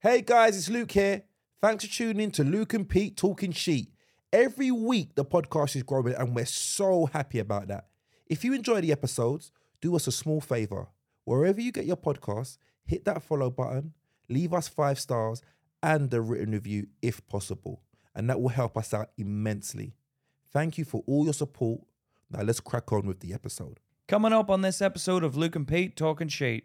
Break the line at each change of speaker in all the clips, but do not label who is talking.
Hey guys, it's Luke here. Thanks for tuning in to Luke and Pete Talking Sheet. Every week, the podcast is growing and we're so happy about that. If you enjoy the episodes, do us a small favor. Wherever you get your podcasts, hit that follow button, leave us five stars and a written review if possible. And that will help us out immensely. Thank you for all your support. Now let's crack on with the episode.
Coming up on this episode of Luke and Pete Talking Sheet.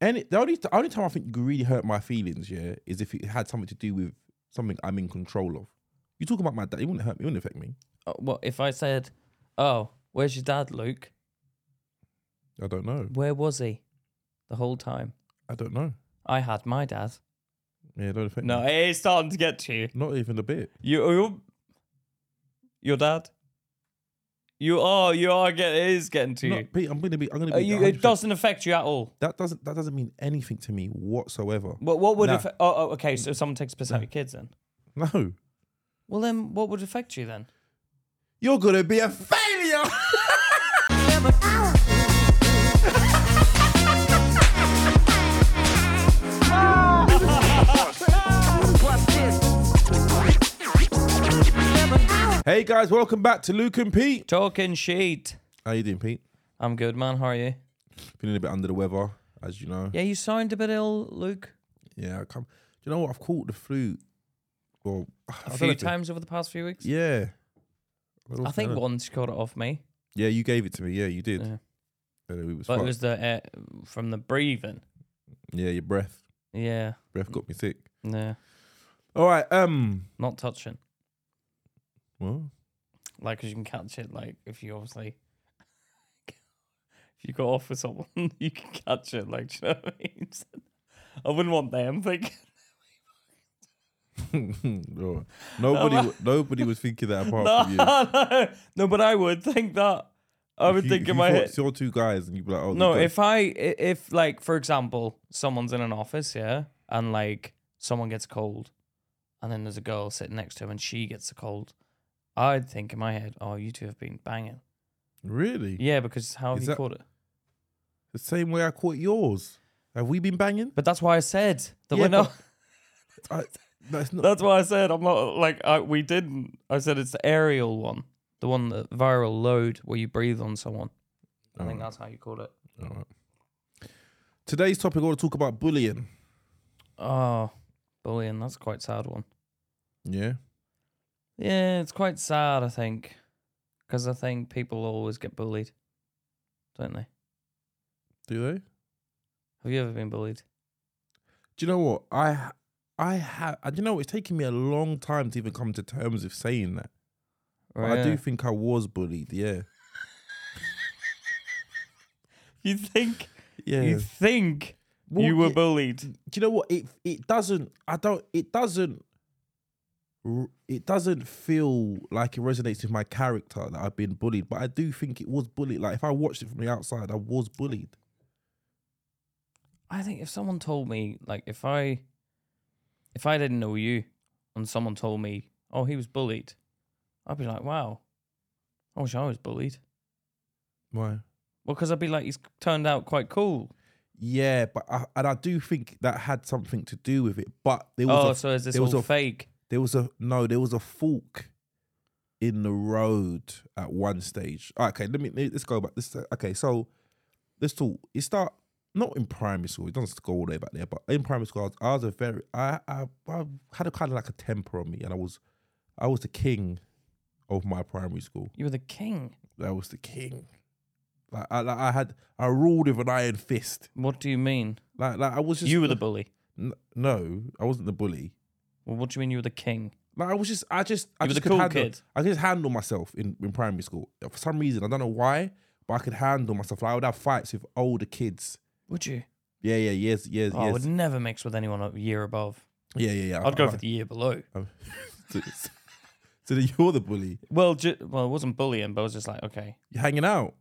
And it- the only the only time I think you could really hurt my feelings, yeah, is if it had something to do with something I'm in control of. You talk about my dad, it wouldn't hurt me, it wouldn't affect me.
Uh, What if I said, "Oh, where's your dad, Luke?
I don't know.
Where was he the whole time?
I don't know.
I had my dad."
Yeah, it don't affect
No,
me.
it's starting to get to you.
Not even a bit.
You, you your dad. You are, you are getting. It is getting to
No,
you.
Pete, I'm gonna be I'm gonna
Uh,
be
you.
100%.
It doesn't affect you at all.
that doesn't that doesn't mean anything to me whatsoever.
What, what would
Nah.
affect? Oh, oh, okay. So someone takes a piss out of your kids then.
No.
Well, then what would affect you then?
You're gonna be a failure. hey guys, welcome back to Luke and Pete.
Talking sheet.
How you doing, Pete?
I'm good, man. How are you?
Feeling a bit under the weather, as you know.
Yeah, you sound a bit ill, Luke.
Yeah, I come. Do you know what? I've caught the flu. Well,
A few times over the past few weeks.
Yeah.
I think
know.
once you got it off me,
Yeah, you gave it to me. Yeah, you did.
Yeah.
And it was
but it
fucked.
was the uh, from the breathing.
Yeah, your breath.
Yeah,
Breath got me sick.
no,
All right. Um.
not touching.
Well,
Like, 'cause you can catch it. Like, if you obviously, if you got off with someone, you can catch it. Like, do you know what I mean? I wouldn't want them thinking.
no. Oh, nobody, wa- nobody was thinking that apart
No,
from you.
no, no, but I would think that. I
If
would
you-
think
if
in
you
my
thought
head.
Saw two guys, and you'd be like, "Oh
No,
they've got-
if I, i- if like, for example, someone's in an office, yeah, and like someone gets a cold, and then there's a girl sitting next to him and she gets a cold, I'd think in my head, oh, you two have been banging.
really
Yeah, because how have
Is
you
that-
caught it?
the same way I caught yours. Have we been banging?
But that's why I said that
Yeah,
we're not.
I, that's not.
That's why I said I'm not like I, we didn't. I said it's the aerial one, the one that viral load where you breathe on someone. I think
Alright.
that's how you caught it.
All right. Today's topic, I want to talk about bullying.
Oh, bullying. That's quite sad one.
Yeah.
Yeah, it's quite sad, I think. Because I think people always get bullied, don't they?
Do they?
Have you ever been bullied?
Do you know what I? ha- I have. Do you know what? it's taken me a long time to even come to terms with saying that. But I do think I was bullied. Yeah.
You think
Yeah.
you think
Well,
you were
it-
bullied?
do you know what it? It doesn't. I don't. It doesn't. r- It doesn't feel like it resonates with my character that I've been bullied, but I do think it was bullied. Like if I watched it from the outside, I was bullied.
I think if someone told me, like, if I, if I didn't know you, and someone told me, oh, he was bullied, I'd be like, wow, I wish I was bullied.
Why?
Well, because I'd be like, he's turned out quite cool.
Yeah, but I, and I do think that had something to do with it. But there was
Oh,
a,
so is this
there was
all
a-
fake?
there was a no, there was a fork in the road at one stage. Okay, let me let- let's go back. This okay, so let's talk. It start not in primary school. It doesn't go all the way back there, but in primary school, I was, I was a very I, I I had a kind of like a temper on me, and I was I was the king of my primary school.
You were the king.
I was the king. Like I, like I had I ruled with an iron fist.
What do you mean?
Like like I was just
You were the bully.
N- no, I wasn't the bully.
Well, what do you mean you were the king?
Like I was just, I just, I
You were
just
the
could
cool
handle,
kid.
I could just handle myself in, in primary school for some reason. I don't know why, but I could handle myself. Like, I would have fights with older kids.
Would you?
Yeah, yeah, yes, yes,
Oh, I
yes.
would never mix with anyone a year above.
Yeah, yeah, yeah.
I'd go for the year below.
so, so then you're the bully.
Well, ju- well, it wasn't bullying, but I was just like, okay,
You're hanging out.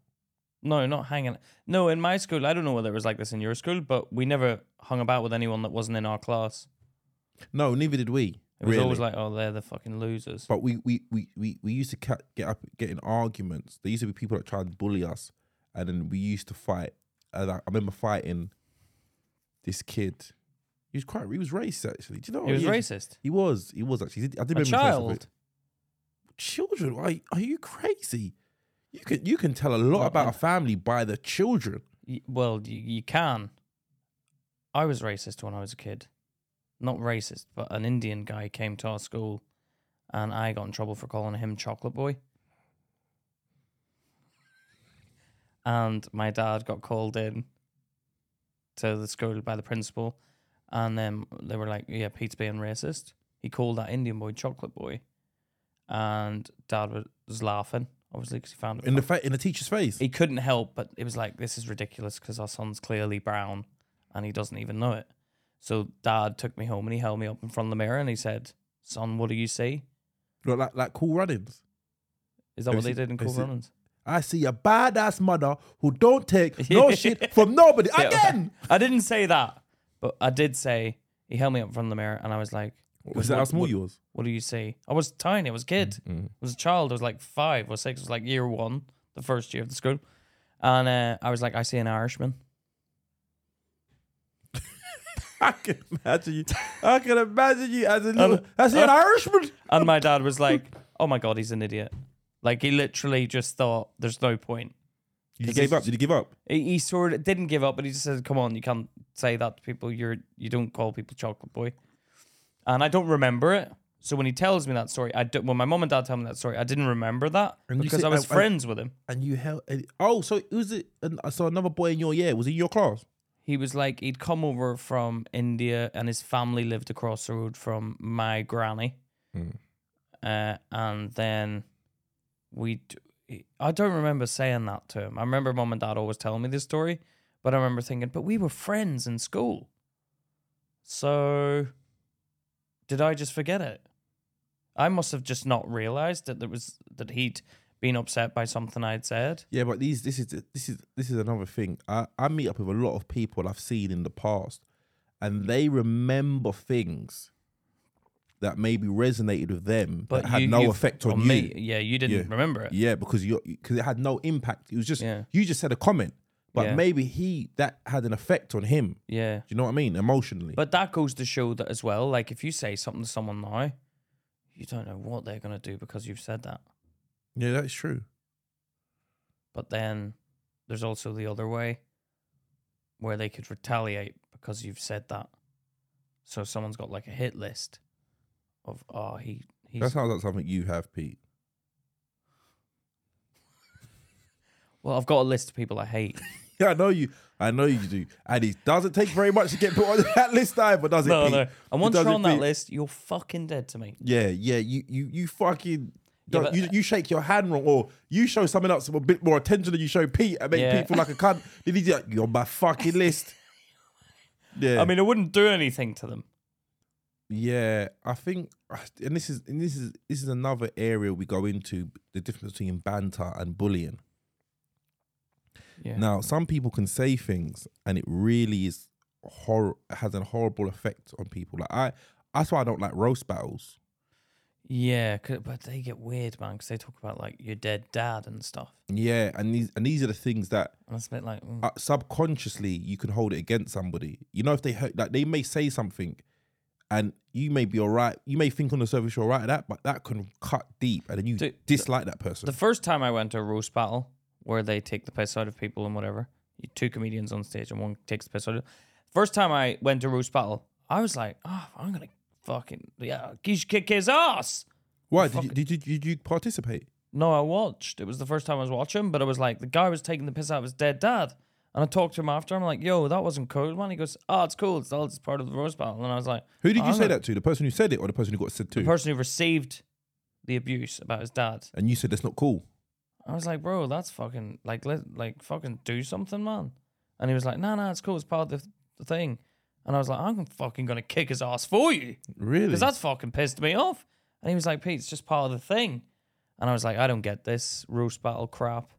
no, not hanging. No, in my school, I don't know whether it was like this in your school, but we never hung about with anyone that wasn't in our class.
No, neither did we.
It was
really.
always like, oh, they're the fucking losers.
but we we we we, we used to ca- get up get in arguments. There used to be people that tried to bully us, and then we used to fight. And I, I remember fighting this kid He was quite. He was racist actually. Do you know?
He was
is?
racist.
He was. He was actually. He did- I did
A
remember the face of
child.
it. Children? Are, are you crazy? You can you can tell a lot
Well,
about
I-
a family by the children.
Y- Well, you, you can. I was racist when I was a kid. Not racist, but an Indian guy came to our school and I got in trouble for calling him Chocolate Boy. And my dad got called in to the school by the principal. And then they were like, yeah, Pete's being racist. He called that Indian boy Chocolate Boy. And dad was- was laughing, obviously, because he found it
in the fa- in the teacher's face.
he couldn't help but it was like this is ridiculous because our son's clearly brown and he doesn't even know it so dad took me home and he held me up in front of the mirror and he said son what do you see
Look, like like cool runnings.
is that
Have
what
you
they
seen-
did in
have you
cool
seen-
runnings
I see a badass mother who don't take no shit from nobody
Yeah.
again.
i didn't say that but i did say he held me up in front of the mirror and i was like
Was that how small you was?
what do you see i was tiny i was a kid i was a child i was like five or six it was like year one the first year of the school and uh, i was like i see an irishman
I can imagine you. I can imagine you as a little. I see an
uh,
Irishman.
And my dad was like, "Oh my god, he's an idiot." Like he literally just thought there's no point.
You
this
gave
is-
up. Did you give up?
He, he sort of didn't give up, but he just said, "Come on, you can't say that to people. You're you don't call people chocolate boy." And I don't remember it. So when he tells me that story, I don't, when my mom and dad tell me that story, I didn't remember that
And you
because
say-
I was
I- I-
friends with him.
And you held. and- Oh, so it was it? an- So another boy in your year was in your class.
He was like he'd come over from India and his family lived across the road from my granny.
Hmm.
Uh, and then we, d- I don't remember saying that to him. I remember mom and dad always telling me this story, but I remember thinking, but we were friends in school. So did I just forget it? I must have just not realized that there was that he'd been upset by something I'd said.
Yeah, but these this is this is this is another thing. I, I meet up with a lot of people I've seen in the past, and they remember things that maybe resonated with them, but
But
had
you-
no
you-
effect on
Or
you.
me, yeah, you didn't
Yeah.
remember it.
Yeah, because you because it had no impact. It was just
Yeah.
you just said a comment, but
Yeah.
maybe he that had an effect on him. Do
yeah.
you know what I mean? Emotionally,
But that goes to show that as well. Like if you say something to someone now, you don't know what they're gonna do because you've said that.
yeah, that's true.
But then there's also the other way where they could retaliate because you've said that. So someone's got like a hit list of oh he he's
That sounds like something you have, Pete.
well I've got a list of people I hate.
Yeah, I know you. I know you do. And it doesn't take very much to get put on that list either, does it?
no
Pete?
no, and once
does
you're
it
on that
feel-
list, you're fucking dead to me.
Yeah, yeah. You you you fucking.
Yeah,
don't-
but-
you, you shake your hand wrong, or you show someone else a bit more attention than you show Pete, and make
Yeah.
people like a cunt. Then he's like, "You're on my fucking list." Yeah,
I mean, I wouldn't do anything to them.
Yeah, I think, and this is and this is this is another area we go into the difference between banter and bullying.
Yeah.
Now, some people can say things, and it really is hor has a horrible effect on people. Like I, that's why I don't like roast battles.
Yeah, 'cause- but they get weird, man, because they talk about like your dead dad and stuff.
Yeah, and these and these are the things that
And it's a bit like, mm.
uh, subconsciously you can hold it against somebody. You know, if they hurt, like they may say something, and you may be all right. You may think on the surface you're all right at that, but that can cut deep, and then you
Dude,
dislike that person.
The first time I went to a roast battle where they take the piss out of people and whatever, you two comedians on stage and one takes the piss out of First time I went to a roast battle, I was like, oh, I'm going to fucking, yeah, you should kick his ass.
Why did you, did you did you participate?
No, I watched. It was the first time I was watching, but I was like, the guy was taking the piss out of his dead dad. And I talked to him after. I'm like, yo, that wasn't cool, man. He goes, oh, it's cool. It's all just part of the roast battle. And I was like,
Who did you
"I'm
say
gonna-"
that to? The person who said it or the person who got said
The
to?
person who received the abuse about his dad.
And you said that's not cool.
I was like, bro, that's fucking like let like fucking do something, man. And he was like, nah, nah, it's cool, it's part of the, the thing. And I was like, I'm fucking gonna kick his ass for you
Really?
because that's fucking pissed me off. And he was like, Pete, it's just part of the thing. And I was like, I don't get this roast battle crap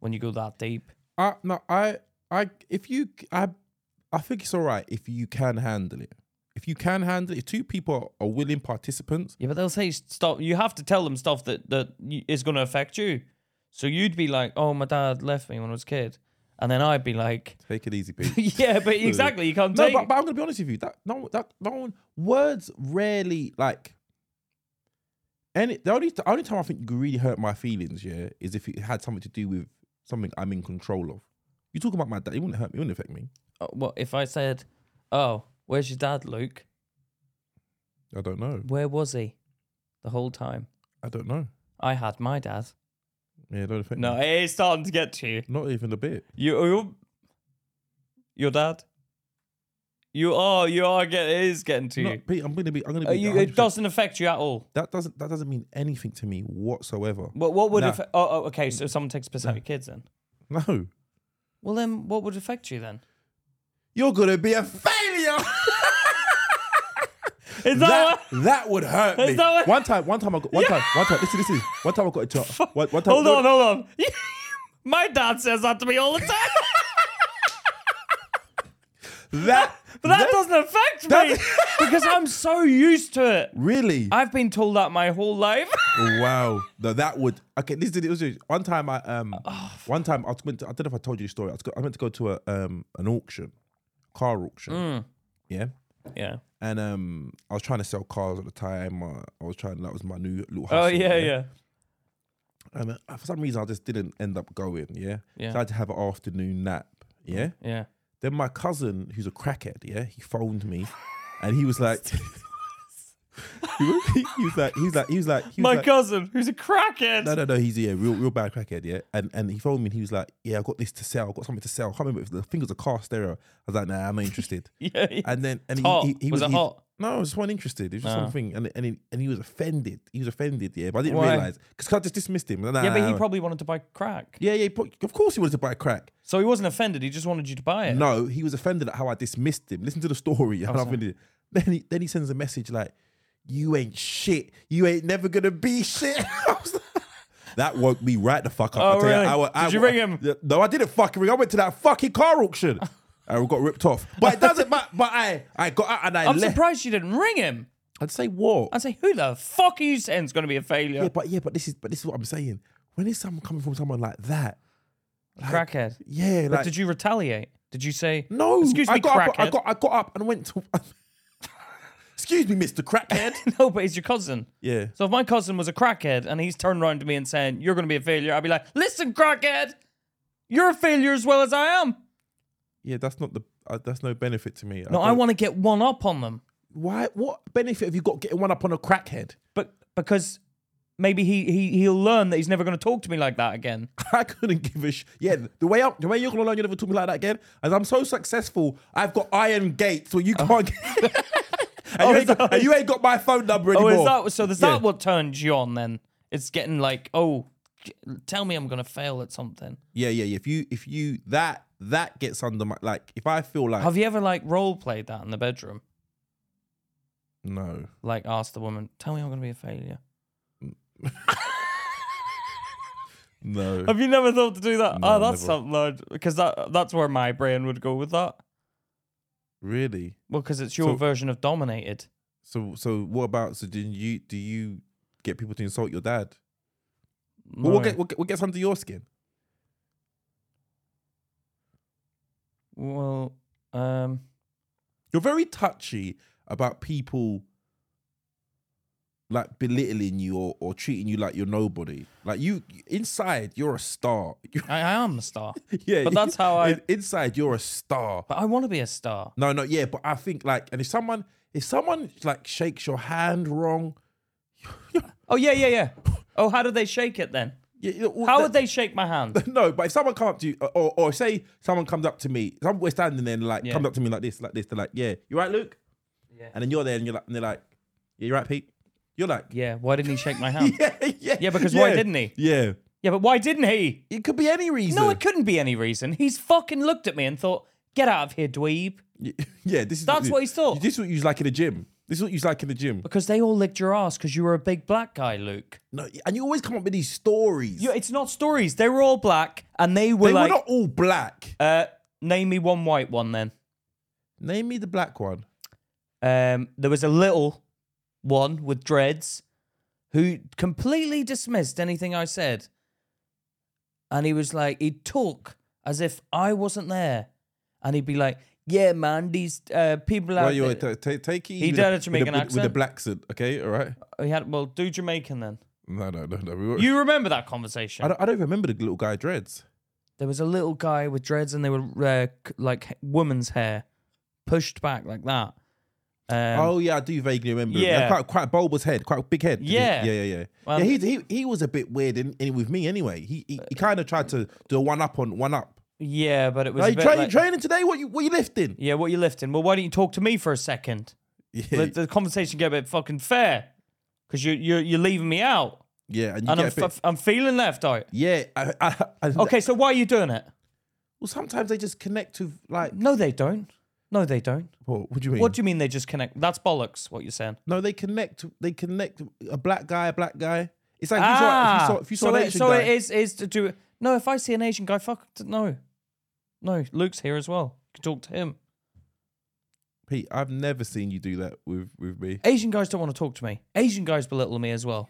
when you go that deep.
I, no, I I if you I I think it's all right if you can handle it. If you can handle it, if two people are willing participants,
Yeah, but they'll say stuff. You have to tell them stuff that that y- is going to affect you. So you'd be like, "Oh, my dad left me when I was a kid," And then I'd be like,
Take it easy, Pete.
yeah, but exactly, you can't
no,
take.
but, but I'm gonna be honest with you. That no, that no one words rarely like. Any the only the only time I think you could really hurt my feelings, yeah, is if it had something to do with something I'm in control of. You talk about my dad, it wouldn't hurt me, it wouldn't affect me.
Uh, what if I said, "Oh, where's your dad, Luke?
I don't know.
Where was he the whole time?
I don't know.
I had my dad."
Yeah, it don't affect
No,
me.
it's starting to get to you.
Not even a bit.
You, you your dad. You are, you are getting. It is getting to
No,
you.
Pete, I'm gonna be I'm gonna
Uh,
be
you it
100%.
doesn't affect you at all.
that doesn't that doesn't mean anything to me whatsoever.
What, what would
No.
affect? Oh, oh, okay. So someone takes a piss out of your kids then.
No.
Well, then what would affect you then?
You're gonna be a failure.
Is
that,
that?
that would hurt me.
Is that what-
One time, one time I got one time, one time. Listen, listen. One time I got into a, one, one time.
hold on, hold on. My dad says that to me all the time,
That,
but that doesn't affect me because I'm so used to it.
really.
I've been told that my whole life.
wow. No, that would. Okay, this did it was one time. I um,
Oh,
one time I was went. To, I don't know if I told you the story. I was go, I meant to go to a um an auction, car auction.
Mm.
Yeah.
Yeah.
And um, I was trying to sell cars at the time. Uh, I was trying. That was my new little. Hustle,
Oh yeah, yeah.
And uh, for some reason, I just didn't end up going. Yeah.
Yeah.
So I had to have an afternoon nap. Yeah.
Yeah.
Then my cousin, who's a crackhead, yeah, he phoned me, and he was like, he was he was like, he was like, he was like, he was
My
like-
cousin, who's a crackhead.
no, no, no, he's yeah, real, real bad crackhead, yeah. And and he phoned me, and he was like, yeah, I got this to sell, I got something to sell. I can't remember if the I think it was a car stereo. I was like, nah, I'm not interested.
Yeah. yeah.
And then and he-
Hot.
he, he,
Was it
he-
hot? Ah.
No, I was just wasn't interested. It was just
No.
something, and and he, and he was offended. He was offended, yeah, but I didn't
Why?
realize because I just dismissed him. Nah,
yeah, but he
nah.
probably wanted to buy crack.
yeah, yeah, he pro- of course he wanted to buy crack.
So he wasn't offended. He just wanted you to buy it.
No, he was offended at how I dismissed him. Listen to the story. how I offended him. Then he then he sends a message like, "You ain't shit. You ain't never gonna be shit." I was like- that woke me right the fuck up.
Oh,
I tell
really?
you, I wa- I
Did you
wa-
ring him?
Yeah, No, I didn't fucking ring. I went to that fucking car auction. and we got ripped off. But it doesn't matter. But I I got out and I
I'm
left.
surprised you didn't ring him.
I'd say what?
I'd say, who the fuck are you saying is going to be a failure?
yeah, but yeah, but this is but this is what I'm saying. When is someone coming from someone like that?
crackhead.
Yeah,
But
like
did you retaliate? Did you say,
No,
Excuse
I
me,
got up, I
crackhead.
got I got up and went to. Excuse me, Mister Crackhead.
no, but it's your cousin.
Yeah.
So if my cousin was a crackhead and he's turned around to me and saying, you're going to be a failure, I'd be like, listen, crackhead, you're a failure as well as I am.
Yeah, that's not the. Uh, that's no benefit to me.
No, I
don't-
want to get one up on them.
Why? What benefit have you got getting one up on a crackhead?
But because maybe he, he, he'll learn that he's never going to talk to me like that again.
I couldn't give a sh. Yeah, the way I'm, the way you're gonna learn you never talk to me like that again. As I'm so successful, I've got iron gates where you can't. get... and, you ain't
is
got, and you ain't got my phone number
Oh,
anymore.
is that, so is
Yeah.
that what turns you on then? It's getting like, oh, g- tell me I'm going to fail at something.
Yeah, yeah, yeah. If you if you that that gets under my like if I feel like
Have you ever like role played that in the bedroom?
no.
Like asked the woman, tell me I'm going to be a failure.
No,
Have you never thought to do that?
No,
oh, that's
never.
something I'd- because that that's where my brain would go with that.
really.
Well, because it's your
So-
version of dominated.
So so what about so do you do you get people to insult your dad? Well,
No.
What, get, what, get, what gets under your skin?
Well, um,
You're very touchy about people like belittling you or, or treating you like you're nobody. Like you inside, you're a star. You're-
I, I am a star,
yeah,
But that's how I-
in- inside you're a star.
but I want to be a star.
No, no, yeah, but I think like, and if someone if someone like shakes your hand wrong,
Oh yeah, yeah, yeah. Oh, how do they shake it then?
you, you-
How would they shake my hand?
No, but if someone come up to you, or or say someone comes up to me, some- we're standing there and like
Yeah.
comes up to me like this, like this. They're like, "Yeah, you right, Luke?"
Yeah.
And then you're there and you're like, and they're like, "Yeah, you right, Pete?" You're like,
Yeah. Why didn't he shake my hand?
"Yeah, yeah,
Yeah, because why didn't he?
Yeah,
Yeah, but why didn't he?
it could be any reason.
No, it couldn't be any reason. He's fucking looked at me and thought, "Get out of here, dweeb,"
Y- yeah, this is
That's what he thought.
This is what you like in the gym. This is what you like in the gym.
because they all licked your ass because you were a big black guy, Luke.
No, and you always come up with these stories.
You, it's not stories. They were all black, and they were
they
like,
were not all black.
uh, "Name me one white one." Then
Name me the black one.
um, there was a little one with dreads who completely dismissed anything I said, and he was like, he'd talk as if I wasn't there. And he'd be like, yeah, man, these uh, people out
Well, you
there-
ta- ta- take it.
He
with
done
a-
a Jamaican
with a, with a
accent.
black accent. Okay, all right.
he had, well, do Jamaican then.
No, no, no, no. We won't-
You remember that conversation?
I don't, I don't remember the little guy dreads.
there was a little guy with dreads and they were uh, c- like h- woman's hair pushed back like that. Um,
oh yeah, I do vaguely remember. him.
yeah.
quite quite a bulbous head, quite a big head.
Yeah.
yeah, yeah, yeah.
Well-
yeah he, he he was a bit weird in, in with me anyway. He he,
Uh,
he kind of tried to do a one up on one up.
yeah, but it was.
Are
a
you
bit
training,
like-
training today? What you what you lifting?
Yeah, what you lifting? Well, why don't you talk to me for a second?
Yeah,
Let the conversation get a bit fucking fair because you, you're, you're leaving me out
yeah. And you get
and I'm,
a bit,
f- I'm feeling left out.
yeah. I, I, I,
Okay, so why are you doing it?
Well, sometimes they just connect with like.
No, they don't. No, they don't.
What, what do you mean?
What do you mean they just connect? That's bollocks, what you're saying.
No, they connect. They connect a black guy, a black guy. It's like
ah,
if you saw, if you saw, if you saw
so,
an
it,
Asian
so
guy.
it is is to do No, if I see an Asian guy, fuck t- no, no. Luke's here as well. You can talk to him.
Pete, I've never seen you do that with with me.
Asian guys don't want to talk to me. Asian guys belittle me as well,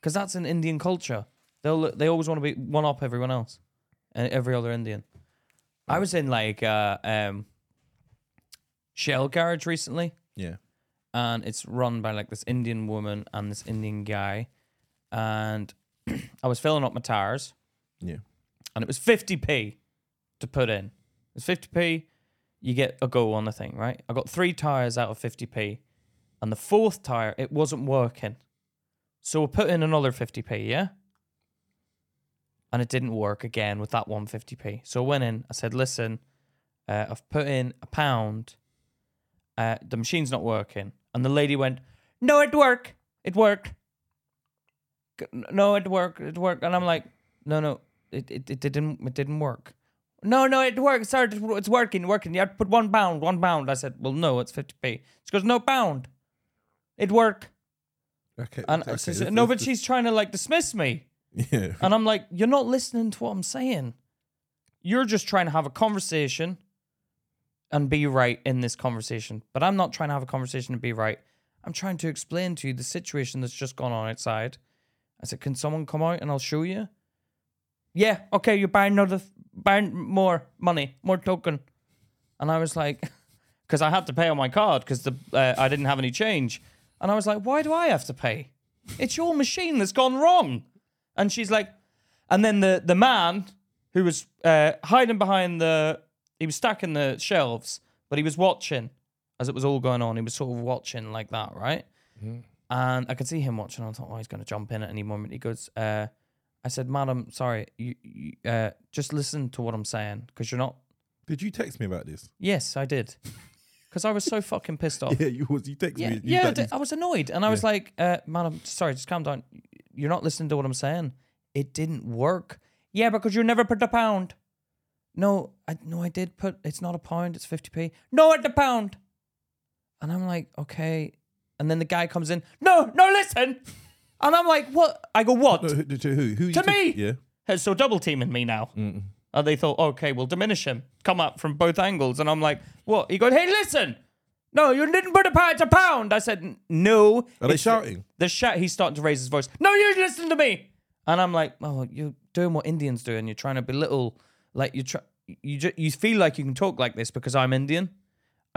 because that's an Indian culture. They'll they always want to be one up everyone else, and every other Indian. I was in like uh, um, Shell Garage recently.
Yeah.
and it's run by like this Indian woman and this Indian guy. And I was filling up my tires.
Yeah.
And it was 50p to put in. It's 50p, you get a go on the thing, right? I got three tires out of 50p. And the fourth tire, it wasn't working. So we put in another 50p, yeah? And it didn't work again with that 150p. So I went in, I said, listen, uh, I've put in a pound uh, the machine's not working. And the lady went, no, it worked. It worked. G- No, it worked. It worked. And I'm like, no, no, it, it, it didn't it didn't work. No, no, it worked. Sorry, it's it's working, working. You have to put one pound, one pound. I said, well, no, it's 50p. She goes, no pound. It worked.
Okay.
And
okay,
she
this-
said- no, but Uh,
this-
she's trying to like dismiss me.
Yeah.
And I'm like, you're not listening to what I'm saying. You're just trying to have a conversation and be right in this conversation. But I'm not trying to have a conversation and be right. I'm trying to explain to you the situation that's just gone on outside. I said, can someone come out and I'll show you? Yeah, okay, you're buying another, buying more money, more token. And I was like, because I had to pay on my card because the uh, I didn't have any change. And I was like, why do I have to pay? It's your machine that's gone wrong. And she's like, and then the the man who was uh, hiding behind the, he was stacking the shelves, but he was watching as it was all going on. He was sort of watching like that, right? And I could see him watching. I thought, oh, he's going to jump in at any moment. He goes, uh, I said, madam, sorry, you, you uh, just listen to what I'm saying because you're not.
Did you text me about this?
Yes, I did. Because I was so fucking pissed off.
Yeah, you was. You text
Yeah,
me. You
yeah I
text
d- I was annoyed, and I was like, uh, "Man, I'm sorry. Just calm down. You're not listening to what I'm saying. It didn't work. Yeah, because you never put a pound. No, I no, I did put. It's not a pound. It's fifty p. No, at the pound. And I'm like, okay. And then the guy comes in. No, no, listen. And I'm like, what? I go, what?
No, who- to who? Who? you
To
talk-
me!
Yeah.
So double teaming me now. And they thought, okay, we'll diminish him. Come up from both angles. And I'm like, what? He goes, hey, listen. No, you didn't put a pound to pound. I said, "N- no.
Are they
It's-
shouting?
The shout, he's starting to raise his voice. No, you listen to me. And I'm like, oh, you're doing what Indians do. And you're trying to belittle, like you try, you, ju- you feel like you can talk like this because I'm Indian.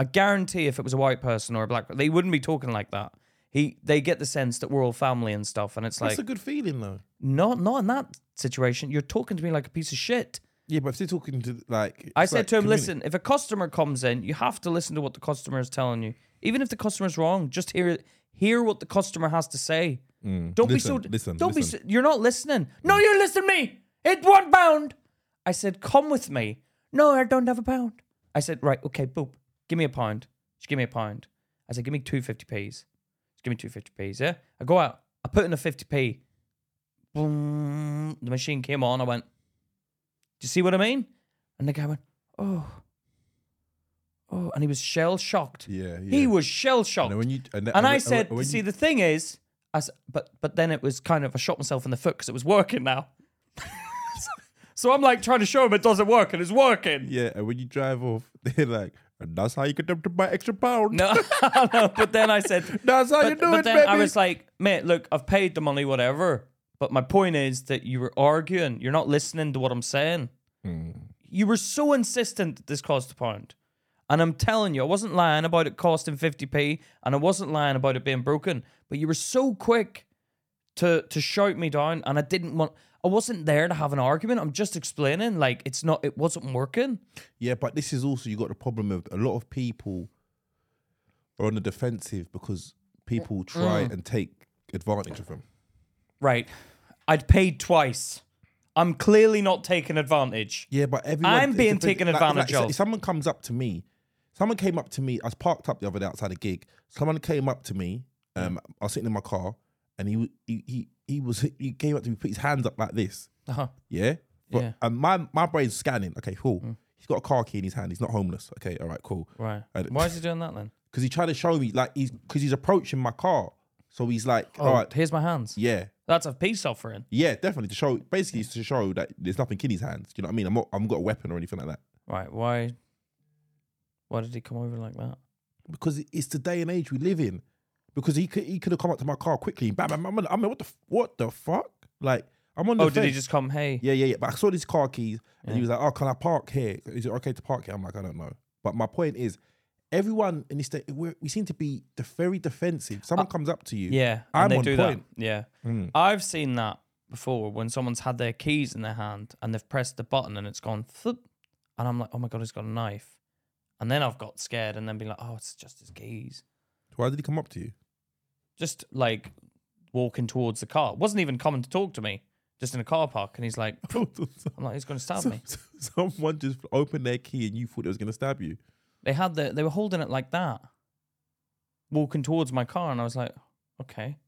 I guarantee if it was a white person or a black, they wouldn't be talking like that. He, they get the sense that we're all family and stuff. And it's
That's
like,
a good feeling though.
not not in that situation. You're talking to me like a piece of shit.
Yeah, but if they're talking to like,
I
it's
said
like
to him,
communi-
listen, if a customer comes in, you have to listen to what the customer is telling you. Even if the customer's wrong, just hear hear what the customer has to say. Don't
Mm, Listen,
be so
listen,
don't
listen.
be so, you're not listening. No, you're listening to me. It one pound. I said, come with me. No, I don't have a pound. I said, right, okay, boop. Give me a pound. She gave me a pound. I said, give me two fifty P's. She give me two fifty P's, yeah? I go out, I put in a fifty P. Boom. The machine came on. I went, do you see what I mean? And the guy went, oh, oh, and he was shell shocked.
Yeah, yeah.
He was shell shocked.
And when you and,
And I said,
when
see,
you,
the thing is, I s- but but then it was kind of I shot myself in the foot because it was working now. so I'm like trying to show him it doesn't work and it's working.
yeah, and when you drive off, they're like, and that's how you get them to buy extra pound.
No, no, but then I said,
That's how you
but,
do
but
it,
then
baby.
I was like, mate, look, I've paid the money,
Hmm.
whatever. But my point is that you were arguing. You're not listening to what I'm saying. you were so insistent that this cost a pound. And I'm telling you, I wasn't lying about it costing 50p and I wasn't lying about it being broken, but you were so quick to to shout me down and I didn't want I wasn't there to have an argument. I'm just explaining like it's not it wasn't working.
Yeah, but this is also you got the problem of a lot of people are on the defensive because
Mm.
people try and take advantage of them.
Right. I'd paid twice. I'm clearly not taking advantage.
Yeah, but everyone
I'm
it's
being
different-
taken
like-
advantage
like,
of.
If someone comes up to me, someone came up to me. I was parked up the other day outside a gig. Someone came up to me. Um, I was sitting in my car, and he wa- he he, he was he came up to me, put his hands up like this.
Uh-huh.
Yeah. But
Yeah. Mm.
and my my brain's scanning. Okay, cool. He's got a car key in his hand. He's not homeless. Okay, all right, cool.
Right.
I don't-
Why is he doing that then?
Because he tried to show me like he's because he's approaching my car. So he's like,
Oh,
all right,
here's my hands.
yeah,
That's a peace offering.
yeah, definitely to show. Basically, it's to show that there's nothing in his hands. Do you know what I mean? I'm not. I'm got a weapon or anything like that.
Right. Why? Why did he come over like that?
because it's the day and age we live in. Because he could he could have come up to my car quickly. Bam, bam, bam, I mean, what the f- what the fuck? Like I'm on. The
Oh, did he
fence.
just come? Hey.
Yeah, yeah, yeah. But I saw these car keys, and he was like, "Oh, can I park here? Is it okay to park here?" I'm like, "I don't know." But my point is, everyone in this day, we're, we seem to be the very defensive. Someone comes up to you,
Uh, Yeah,
I'm
and they
on
do
point. Hmm.
that. Yeah, I've seen that before when someone's had their keys in their hand and they've pressed the button and it's gone, flip, and I'm like, oh my god, he's got a knife, and then I've got scared and then been like, oh, it's just his keys,
Why did he come up to you?
just like walking towards the car, wasn't even coming to talk to me, just in a car park, and he's like, I'm like, he's going to stab me.
Someone just opened their key, and you thought it was going to stab you.
They had the, they were holding it like that, walking towards my car, and I was like, okay,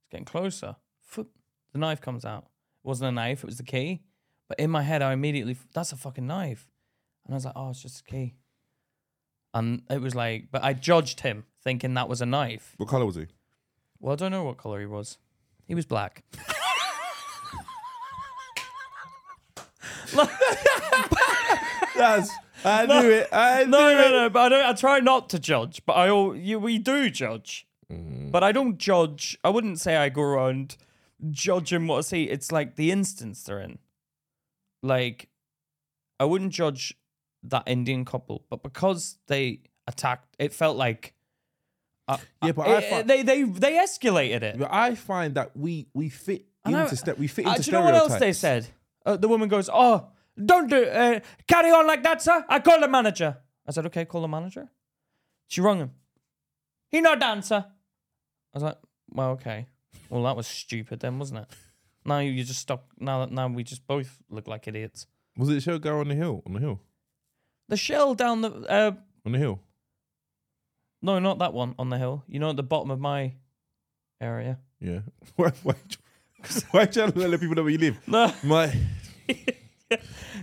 it's getting closer. Flip. The knife comes out. It wasn't a knife; it was the key. But in my head, I immediately f- that's a fucking knife, and I was like, oh, it's just a key. And it was like, but I judged him thinking that was a knife.
What color was he?
Well, I don't know what color he was. He was black.
That's I knew it. I
No,
knew
no,
it.
no. But I don't. I try not to judge. But I all you we do judge.
Mm.
But I don't judge. I wouldn't say I go around judging what I see. It's like the instance they're in. Like, I wouldn't judge that Indian couple, but because they attacked, it felt like. Uh,
Yeah,
uh,
but I
it-
fi-
they they they escalated it.
But I find that we we fit
And I-
into step. We fit
Uh,
into
do you know what else they
stereotypes.
said? Uh, the woman goes, "Oh, don't do uh, carry on like that, sir. I call the manager." I said, "Okay, call the manager." She rung him. He not down, sir. I was like, "Well, okay. Well, that was stupid then, wasn't it? Now you just stuck. Now now we just both look like idiots."
Was it show go on the hill? On the hill?
The shell down the uh,
On the hill?
no, not that one on the hill. You know, at the bottom of my area.
Yeah. why why why trying to let people know where you live?
No,
My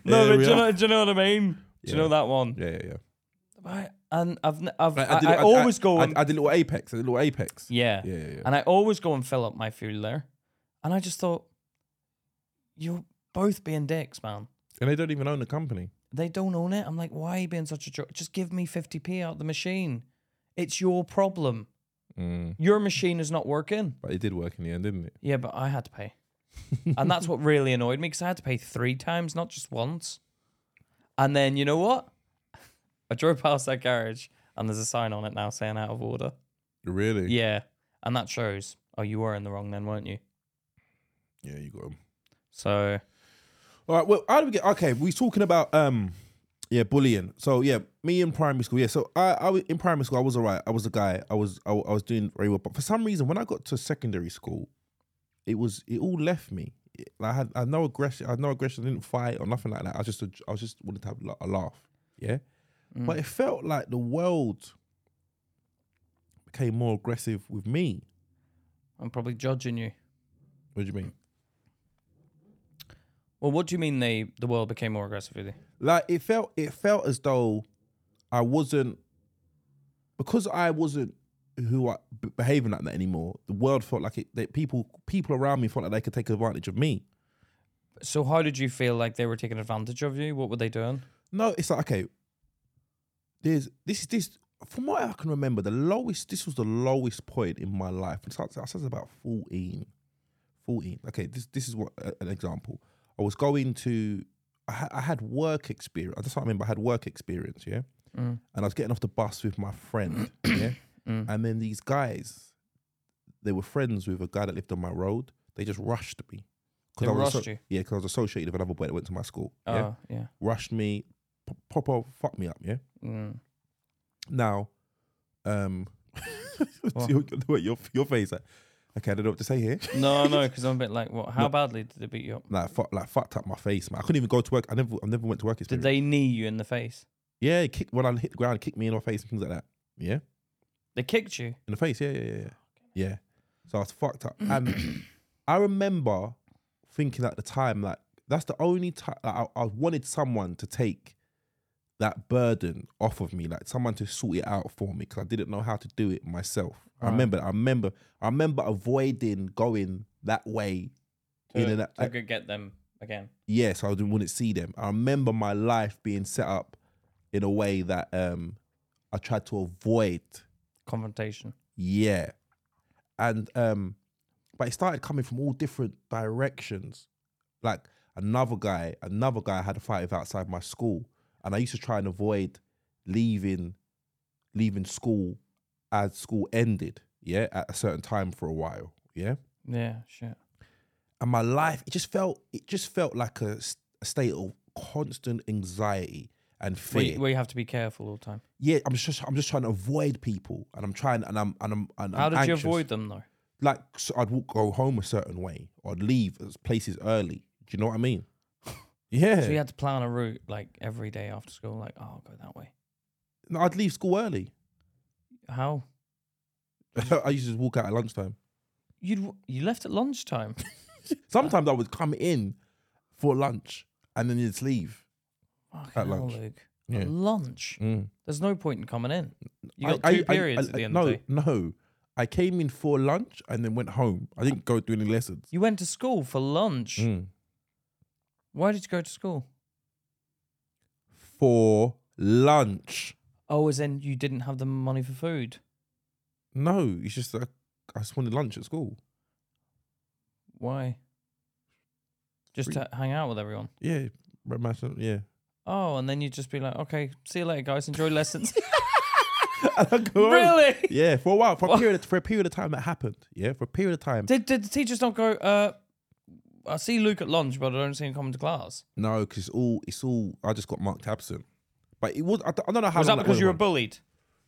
no,
There
but
we
do you,
are.
know, do you know what I mean? Do you
Yeah.
know that one?
yeah yeah yeah.
Right, and I've, n- I've
Like,
I,
did-
I always
I,
go
I,
and
I did little apex. I did little apex.
yeah.
Yeah yeah yeah.
and I always go and fill up my fuel there, and I just thought, you're both being dicks, man.
And they don't even own the company.
They don't own it. I'm like, why are you being such a jerk? Just give me 50p out the machine. It's your problem.
Mm.
Your machine is not working.
But it did work in the end, didn't it?
Yeah, but I had to pay, and that's what really annoyed me because I had to pay three times, not just once. And then you know what? I drove past that garage, and there's a sign on it now saying out of order.
Really?
Yeah, and that shows. Oh, you were in the wrong then, weren't you?
Yeah, you got 'em.
So
All right. Well, how do we get? Okay, we talking about um, yeah, bullying. So yeah, me in primary school. Yeah, so I, I was in primary school. I was alright. I was a guy. I was I, I was doing very well. But for some reason, when I got to secondary school, it was it all left me. It- I had I had no aggression. I had no aggression. I didn't fight or nothing like that. I just I was just wanted to have a laugh. Yeah, but it felt like the world became more aggressive with me.
I'm probably judging you.
What do you mean?
Well, what do you mean they the world became more aggressive with you?
like it felt it felt as though I wasn't because I wasn't who I b- behaving like that anymore. The world felt like it that people people around me felt like they could take advantage of me.
So how did you feel like they were taking advantage of you? What were they doing?
No, it's like okay. There's this is this from what I can remember the lowest this was the lowest point in my life. It's like- I was about 14. 14. Okay, this this is what a- an example. I was going to I, ha- I had work experience. That's what I remember. I had work experience, yeah.
Mm.
And I was getting off the bus with my friend, yeah.
Mm.
And then these guys, they were friends with a guy that lived on my road. They just rushed me. 'Cause
They
I was
rushed
asso-
you?
Yeah, because I was associated with another boy that went to my school.
Oh,
Yeah,
yeah.
rushed me, p- proper fucked me up. Yeah.
Mm.
Now, um,
What?
your, your, your, your face. Like, okay, I don't know what to say here.
No, no, because I'm a bit like, what? How badly did they beat you up?
Like, fuck, like fucked up my face, man. I couldn't even go to work. I never, I never went to work.
Did
Experience.
they knee you in the face?
Yeah, kick when I hit the ground, kicked me in my face and things like that. Yeah,
They kicked you.
in the face. Yeah, yeah,
Oh,
yeah, yeah. Yeah. So I was fucked up, and I remember thinking at the time like that's the only time I, I wanted someone to take that burden off of me, like someone to sort it out for me because I didn't know how to do it myself. I
Right.
remember, I remember, I remember avoiding going that way.
To,
in and out.
to go get them again.
yes, I didn't want to see them. I remember my life being set up in a way that um I tried to avoid.
Confrontation.
Yeah. And um but it started coming from all different directions. Like another guy, another guy I had a fight with outside my school. And I used to try and avoid leaving leaving school as school ended, yeah, at a certain time for a while. Yeah
Yeah, shit.
and my life it just felt it just felt like a, s- a state of constant anxiety and
Where
fear
you, where you have to be careful all the time.
yeah i'm just i'm just trying to avoid people and i'm trying and i'm and i'm and
How
I'm
did
anxious.
you avoid them though?
like so i'd walk, go home a certain way or I'd leave as places early do you know what i mean yeah
So you had to plan a route like every day after school, like, oh, I'll go that way.
no, i'd leave school early
How?
i used to just walk out at lunchtime
You you left at lunchtime.
sometimes i would come in for lunch and then just leave
Fucking
At
hell,
lunch.
Luke.
Yeah.
At lunch.
Mm.
There's no point in coming in. You
I-
got
I-
two
I-
periods
I-
at the end
no,
of the day.
No, I came in for lunch and then went home. I didn't go do any lessons.
You went to school for lunch.
Mm.
Why did you go to school?
For lunch.
Oh, as in you didn't have the money for food.
No, it's just that I just wanted lunch at school.
Why? Just
Free.
to hang out with everyone.
Yeah, red man, yeah.
Oh, and then you'd just be like, okay, see you later, guys. Enjoy lessons.
And I go home.
really?
Yeah, for a while, for a
What?
period, for a period of time that happened. Yeah, for a period of time.
Did, did the teachers not go, uh, I see Luke at lunch, but I don't see him coming to class?
No, because it's all, it's all. I just got marked absent. But it was. I don't, I don't know how.
Was
long
that because
went
you were
on.
bullied?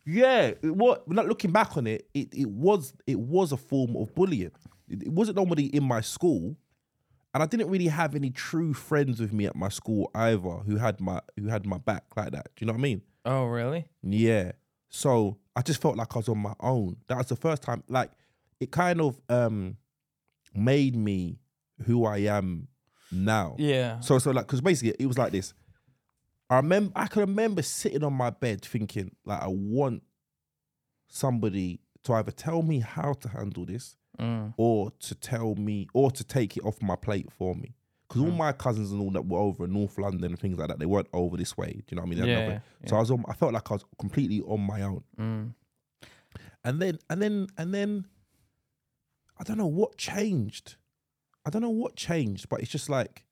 Yeah, it was. Not looking back on it, it it was it was a form of bullying. It, it wasn't nobody in my school, and I didn't really have any true friends with me at my school either who had my who had my back like that. Do you know what I mean?
Oh, really?
Yeah. So I just felt like I was on my own. That was the first time. Like it kind of um made me who I am now.
Yeah.
Oh. So so like because basically it was like this. I remember I can remember sitting on my bed thinking like I want somebody to either tell me how to handle this
Mm.
or to tell me or to take it off my plate for me. Because all
Mm.
my cousins and all that were over in North London and things like that, they weren't over this way. Do you know what I mean? They had
Yeah,
nothing.
yeah,
So I was on, I felt like I was completely on my own.
Mm.
And then and then and then I don't know what changed. I don't know what changed, but it's just like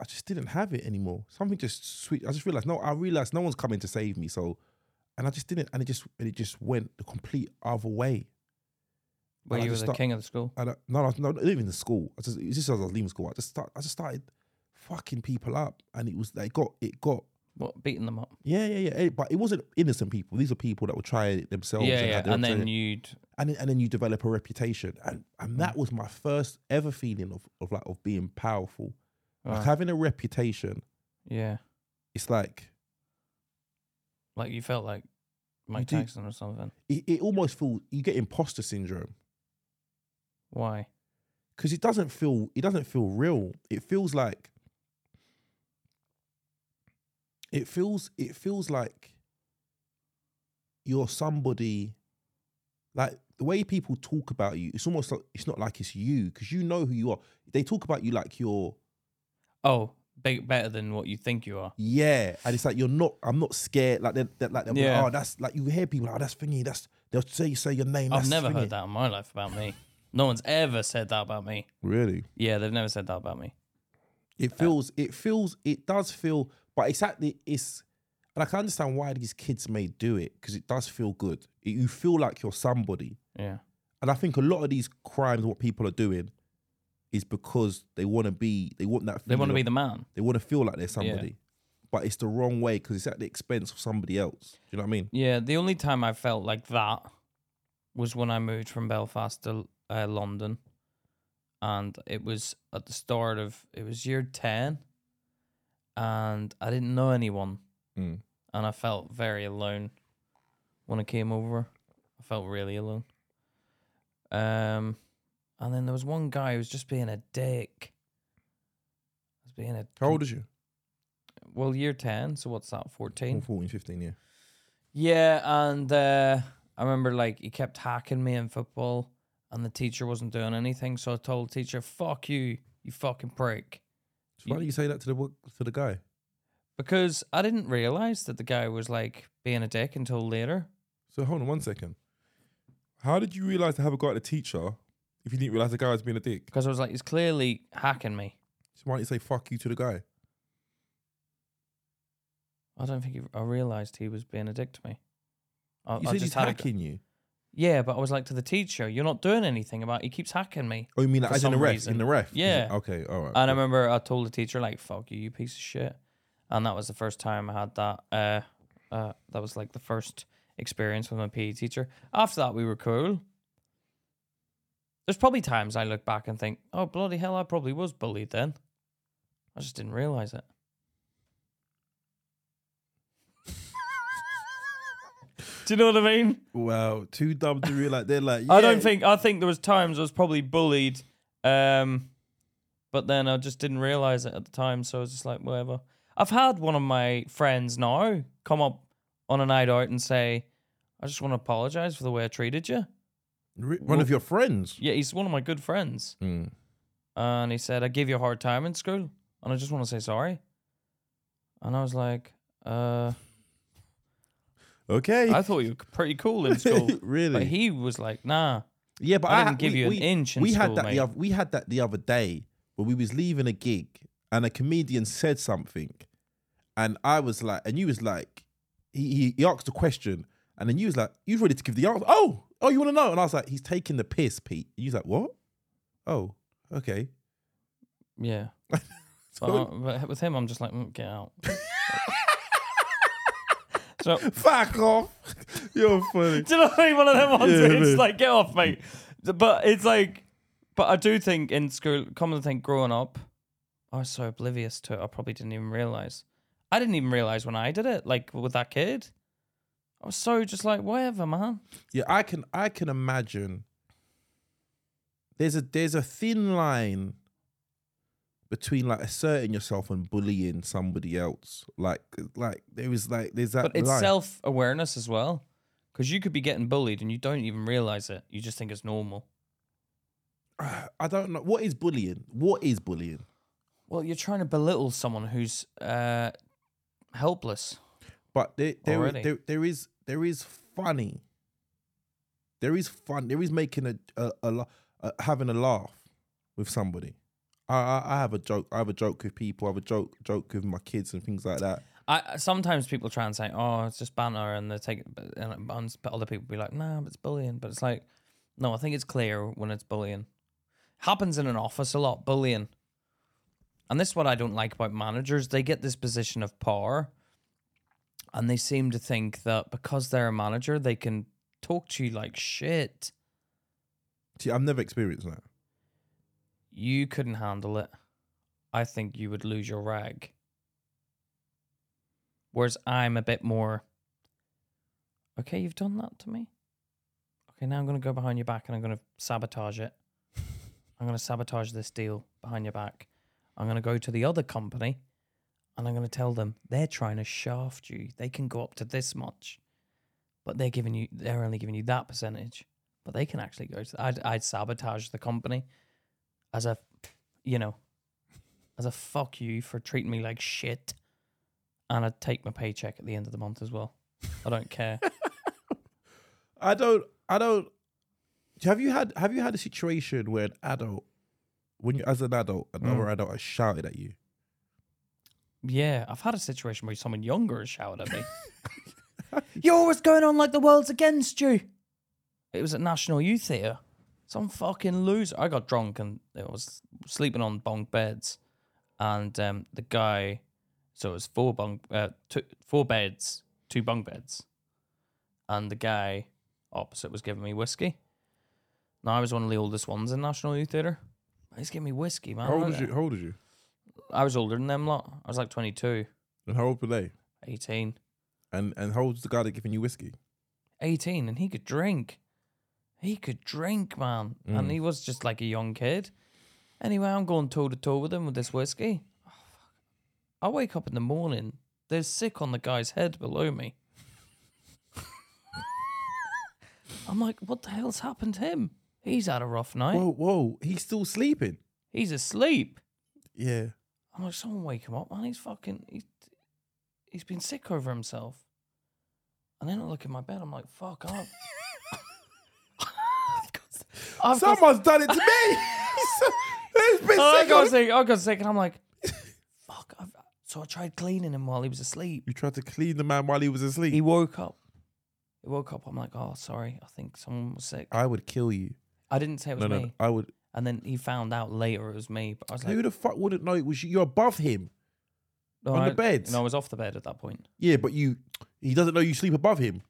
I just didn't have it anymore. Something just sweet. I just realized no, I realized no one's coming to save me. So and I just didn't and it just and it just went the complete other way.
Were
I
you the
just start-
king of the school?
And I, no, no, no, not even the school. I just it was just as I was leaving school, I just start, I just started fucking people up and it was like got it got
What, beating them up?
yeah, yeah, yeah. Eh, But it wasn't innocent people. These are people that would try it themselves.
yeah,
had
yeah.
their
And
own-
then you'd,
and then, and then you develop a reputation, and and
Mm.
that was my first ever feeling of of like of being powerful. Like
Right.
having a reputation,
yeah.
it's like
Like you felt like Mike
do-
Tyson or something.
it, it almost feels you get imposter syndrome
Why?
because it doesn't feel it doesn't feel real. It feels like it feels it feels like you're somebody like the way people talk about you. It's almost like it's not like it's you because you know who you are. They talk about you like you're
Oh, big, better than what you think you are.
Yeah, and it's like you're not. I'm not scared. Like they're, they're like, they'll be like,
Yeah.
oh, that's like you hear people. Oh, that's thingy. That's they'll say say your name.
I've
that's
never
thingy."
heard that in my life about me. No one's ever said that about me.
Really?
Yeah, they've never said that about me.
It feels, it feels, it does feel, but it's at the, it's, and I can understand why these kids may do it because it does feel good. It- you feel like you're somebody.
Yeah.
And I think a lot of these crimes, what people are doing, is because they want to be, they want that,
They want to be
feeling of-
the man.
they want to feel like they're somebody. But it's the wrong way because it's at the expense of somebody else. Do you know what I mean?
Yeah, the only time I felt like that was when I moved from Belfast to uh, London, and it was at the start of it was year ten, and I didn't know anyone,
Mm.
and I felt very alone when I came over. I felt really alone. Um, and then there was one guy who was just being a dick. I was being a
How old is you?
well year ten, so what's that? Fourteen.
14, 15, yeah.
Yeah, and uh, I remember like he kept hacking me in football, and the teacher wasn't doing anything. So I told the teacher, "Fuck you, you fucking prick,"
So why
You-
do you say that to the wo- to the guy?
because I didn't realize that the guy was like being a dick until later.
So hold on one second. How did you realize to have a guy at the teacher if you didn't realize the guy was being a dick?
Because I was like, he's clearly hacking me.
So why don't you say fuck you to the guy?
I don't think he, I realized he was being a dick to me. I,
You
I
said
just
he's
had a-
hacking you.
yeah, but I was like to the teacher, "You're not doing anything about. He keeps hacking me."
Oh, you mean like
For
as in the
some
ref?
reason.
In the ref? Is it-
Yeah.
Okay. All right.
And I
cool.
remember I told the teacher like, "Fuck you, you piece of shit," and that was the first time I had that. Uh, uh, that was like the first experience with my PE teacher. After that, we were cool. There's probably times I look back and think, "Oh bloody hell, I probably was bullied then." I just didn't realize it. Do you know what I mean?
Wow, too dumb to realize. They're like,
I don't
yeah.
think I think there was times I was probably bullied, um, but then I just didn't realize it at the time, so I was just like, whatever. I've had one of my friends now come up on a night out and say, "I just want to apologize for the way I treated you."
Re- one of your friends.
Yeah, he's one of my good friends,
Mm.
and he said, "I gave you a hard time in school, and I just want to say sorry." And I was like, uh,
Okay.
"I thought you were pretty cool in school,"
really?
but he was like, "Nah."
yeah, but
I
I,
didn't give
we,
you an
we,
inch in
we
school,
had that
mate.
the other, we had that the other day when we was leaving a gig and a comedian said something, and I was like, and you was like, he he, he asked a question, and then you was like, you ready to give the answer? Oh, oh, you want to know? And I was like, he's taking the piss, Pete. And you was like, what? Oh, okay.
Yeah. but, I- but with him, I'm just like, "Mm, get out. so, do
Fuck off. You're funny.
you know what I mean? One of them ones
Yeah,
where it's
man.
like, get off, mate. But it's like, but I do think in school, come to think growing up, I was so oblivious to it. I probably didn't even realize. I didn't even realize when I did it, like with that kid. I was so just like, whatever, man.
Yeah, I can I can imagine there's a there's a thin line between like asserting yourself and bullying somebody else. Like like there is like there's that
But it's
line.
self awareness as well. Because you could be getting bullied and you don't even realize it. You just think it's normal.
I don't know what is bullying? What is bullying?
Well, you're trying to belittle someone who's uh, helpless.
But there there, is,
Already.
there there is there is funny. There is fun. There is making a a, a, la- a having a laugh with somebody. I, I I have a joke. I have a joke with people. I have a joke joke with my kids and things like that.
I sometimes people try and say, "Oh, it's just banter," and they take, but- and but other people be like, "Nah, but it's bullying." But it's like, no, I think it's clear when it's bullying. Happens in an office a lot, bullying. And this is what I don't like about managers. They get this position of power, and they seem to think that because they're a manager, they can talk to you like shit.
See, I've never experienced that.
You couldn't handle it. I think you would lose your rag. Whereas I'm a bit more, okay, you've done that to me. Okay, now I'm going to go behind your back and I'm going to sabotage it. I'm going to sabotage this deal behind your back. I'm going to go to the other company and I'm going to tell them they're trying to shaft you. They can go up to this much, but they're giving you, they're only giving you that percentage. But they can actually go to, I'd, I'd sabotage the company as a, you know, as a fuck you for treating me like shit. And I'd take my paycheck at the end of the month as well. I don't care.
I don't. I don't. Have you had
Mm.
Have you had a situation where an adult, when you as an adult, another adult has shouted at you,
Yeah, I've had a situation where someone younger has shouted at me. You're what's going on like the world's against you. It was at National Youth Theatre. Some fucking loser. I got drunk and I was sleeping on bunk beds, and um, the guy. So it was four bunk, uh, two, four beds, two bunk beds, and the guy opposite was giving me whiskey. Now I was one of the oldest ones in National Youth Theatre. He's giving me whiskey, man.
How old
I-
was you? How old was you?
I was older than them lot. I was like 22,
And how old were they?
18.
And and how old's the guy that giving you whiskey?
18 and he could drink. He could drink, man. And he was just like a young kid. Anyway, I'm going toe to toe with him with this whiskey. Oh, fuck. I wake up in the morning, there's sick on the guy's head below me. I'm like, what the hell's happened to him? He's had a rough night.
Whoa, whoa, he's still sleeping.
He's asleep.
Yeah.
I'm like, someone wake him up, man. He's fucking, he, he's been sick over himself. And then I look in my bed, I'm like, fuck up. I've got,
Someone's done it to me. He's been
I
sick on
got sick, I got sick, and I'm like, fuck. I've, so I tried cleaning him while he was asleep.
You tried to clean the man while he was asleep.
He woke up. He woke up. I'm like, oh, sorry. I think someone was sick.
I would kill you.
I didn't say it was
No, no,
me.
no, I would.
And then he found out later it was me. But I was like,
Who the fuck wouldn't know it was you? You're above him.
no,
on
I,
the bed?
No, I was off the bed at that point.
Yeah, but you. He doesn't know you sleep above him.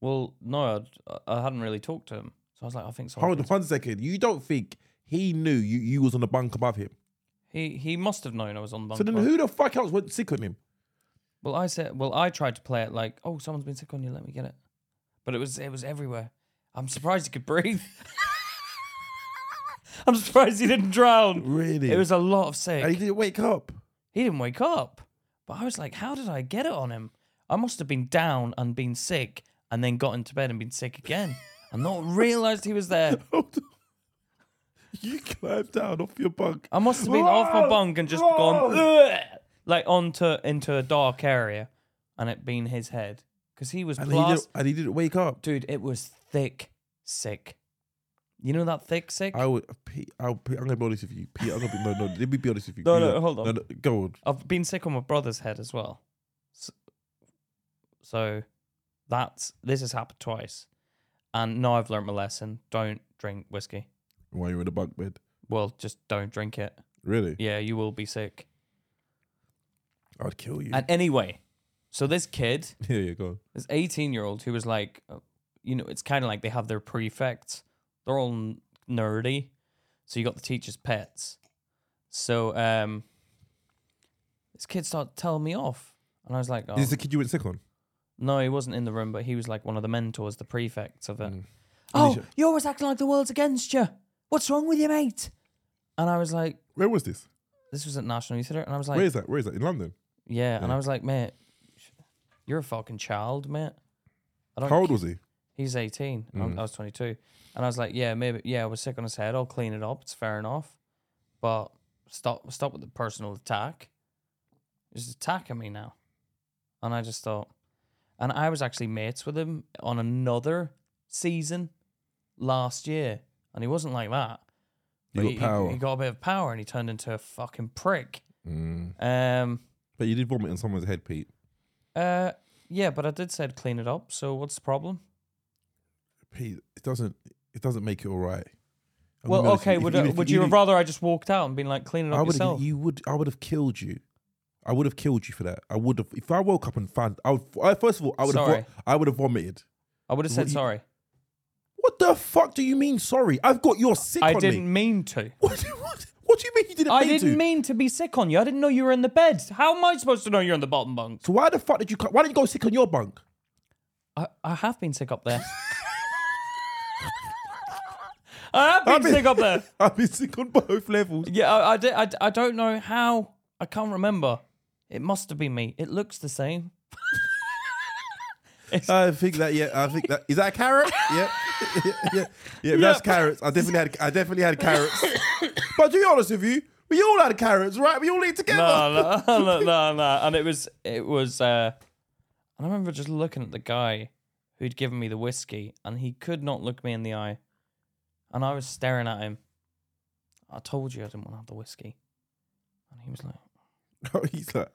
Well, no, I'd, I- I hadn't really talked to him. So I was like, I think someone.
Hold on one second. You don't think he knew you, you was on the bunk above him?
He he must have known I was on the
So then who the fuck else went sick on him?
Well, I said, well, I tried to play it like, oh, someone's been sick on you, let me get it. But it was it was everywhere. I'm surprised he could breathe. I'm surprised he didn't drown.
Really?
It was a lot of sick.
And he didn't wake up.
He didn't wake up. But I was like, how did I get it on him? I must have been down and been sick and then got into bed and been sick again and not realized he was there.
Hold on. You climbed down off your bunk.
I must have been off my
Whoa!
bunk and just gone "Ugh," like onto into a dark area, and it being his head because he was
And he, didn't,
plus
and he didn't wake up.
dude. It was thick, sick. You know that thick, sick.
I would. Pete, I'll, Pete, I'm gonna be honest with you. Pete, I'm gonna be no, no. Let me be honest with you.
No,
Pete,
no, hold on.
go on.
I've been sick on my brother's head as well. So, so that's this has happened twice, and now I've learned my lesson. Don't drink whiskey.
While you're in the bunk bed,
Well, just don't drink it.
really?
Yeah, you will be sick.
I'd kill you.
And anyway, so this kid.
yeah, yeah, go. On.
this 18 year old who was like, uh, you know, it's kind of like they have their prefects. They're all n- nerdy. So you got the teacher's pets. So um, this kid started telling me off. And I was like, oh,
This is the kid you went sick on.
no, he wasn't in the room, but he was like one of the mentors, the prefects of it.
Mm. And
Oh,
he sh-
you're always acting like the world's against you. What's wrong with you, mate? And I was like,
Where was this?
this was at National Youth Theatre. And I was like,
Where is that? Where is that? In London.
yeah. And I was like, mate, you're a fucking child, mate. I don't
How old was he?
He's 18.
Mm.
I'm I was 22. And I was like, yeah, maybe, yeah, I was sick on his head. I'll clean it up. It's fair enough. But stop, stop with the personal attack. He's attacking me now. And I just thought, and I was actually mates with him on another season last year. And he wasn't like that.
You
But
got power.
He, got a bit of power and he turned into a fucking prick.
Mm.
Um,
But you did vomit on someone's head, Pete.
uh, yeah, but I did said clean it up. So what's the problem?
Pete, it doesn't. It doesn't make it all right. I'm gonna
Well,
be honest
okay.
with
Would,
Even
uh,
if
would
even
you
if-
have rather I just walked out and been like cleaning
I
up
would.
yourself?
You would. I would have killed you. I would have killed you for that. I would have. If I woke up and found, I would. I, first of all, I would have.
Sorry.
vo- I would have vomited.
I would have said
you-
sorry.
What the fuck do you mean? Sorry, I've got your sick
I
on
didn't
me.
mean to.
What, what? What do you mean you didn't?
I
mean
didn't
to?
mean to be sick on you. I didn't know you were in the bed. How am I supposed to know you're in the bottom bunk?
So why the fuck did you? co- Why did you go sick on your bunk?
I, I have been sick up there. I have been
I've been-
sick up there.
I've been sick on both levels.
Yeah, I, I, did, I, I don't know how. I can't remember. It must have been me. It looks the same.
I think that yeah, I think that is that a carrot? yeah. yeah, yeah, yeah. That's carrots. I definitely had, I definitely had carrots. but to be honest with you, we all had carrots, right? We all ate together.
no, no, no, no, no. And it was, it was, uh, and I remember just looking at the guy who'd given me the whiskey and he could not look me in the eye. And I was staring at him. I told you I didn't want to have the whiskey. And he was like,
No, he's like,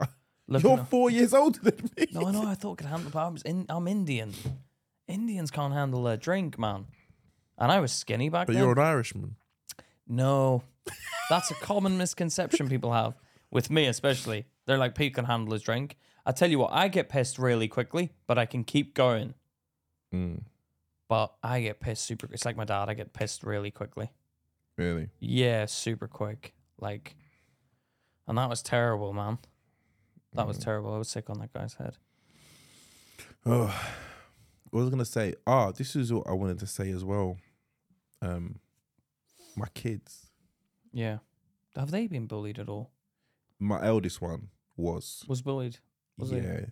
Looking
you're
up-
four years older than me.
no, I know. I thought could handle, but I'm, in, I'm Indian. Indians can't handle their drink, man. And I was skinny back
But
then.
you're an Irishman.
No, that's a common misconception people have with me, especially. They're like, Pete can handle his drink. I tell you what, I get pissed really quickly, but I can keep going.
Mm,
But I get pissed super. It's like my dad. I get pissed really quickly.
really?
Yeah, super quick. Like, and that was terrible, man. That was terrible. I was sick on that guy's head.
Oh, what was I gonna say? Ah, this is what I wanted to say as well. Um, my kids,
Yeah. Have they been bullied at all?
my eldest one was,
Was bullied? Was he?
yeah,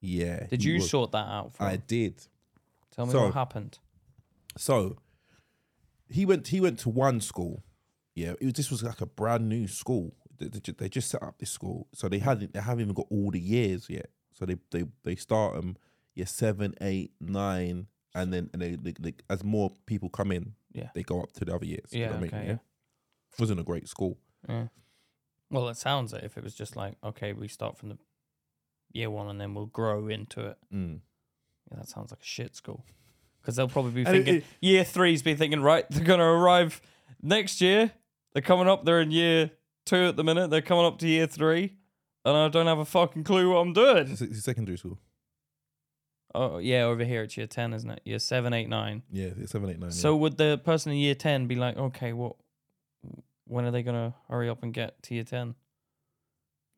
yeah.
Did
he
you
was.
sort that out? For
I
him?
did.
Tell me
so-
what happened.
So he went. He went to one school. Yeah, it was, this was like a brand new school. They, they, ju- they just set up this school, so they hadn't. They haven't even got all the years yet. So they they they start them year seven, eight, nine, and then and they, they, they as more people come in,
Yeah.
they go up to the other years. you know
Yeah.
what I mean?
okay.
Yeah.
yeah.
It wasn't a great school.
Yeah. Well, it sounds it if it was just like, okay, we start from the year one and then we'll grow into it.
Mm.
Yeah, that sounds like a shit school. Because they'll probably be
And it-
thinking,
it-
year three's be thinking, right, they're going to arrive next year. They're coming up, they're in year two at the minute. They're coming up to year three. And I don't have a fucking clue what I'm doing.
It's a- it's a secondary school.
Oh, yeah, over here it's year 10, isn't it? Year seven, eight, nine.
Yeah, it's seven, eight, nine.
So would the person in year 10 be like, okay, what? When are they going to hurry up and get to year 10?
yeah.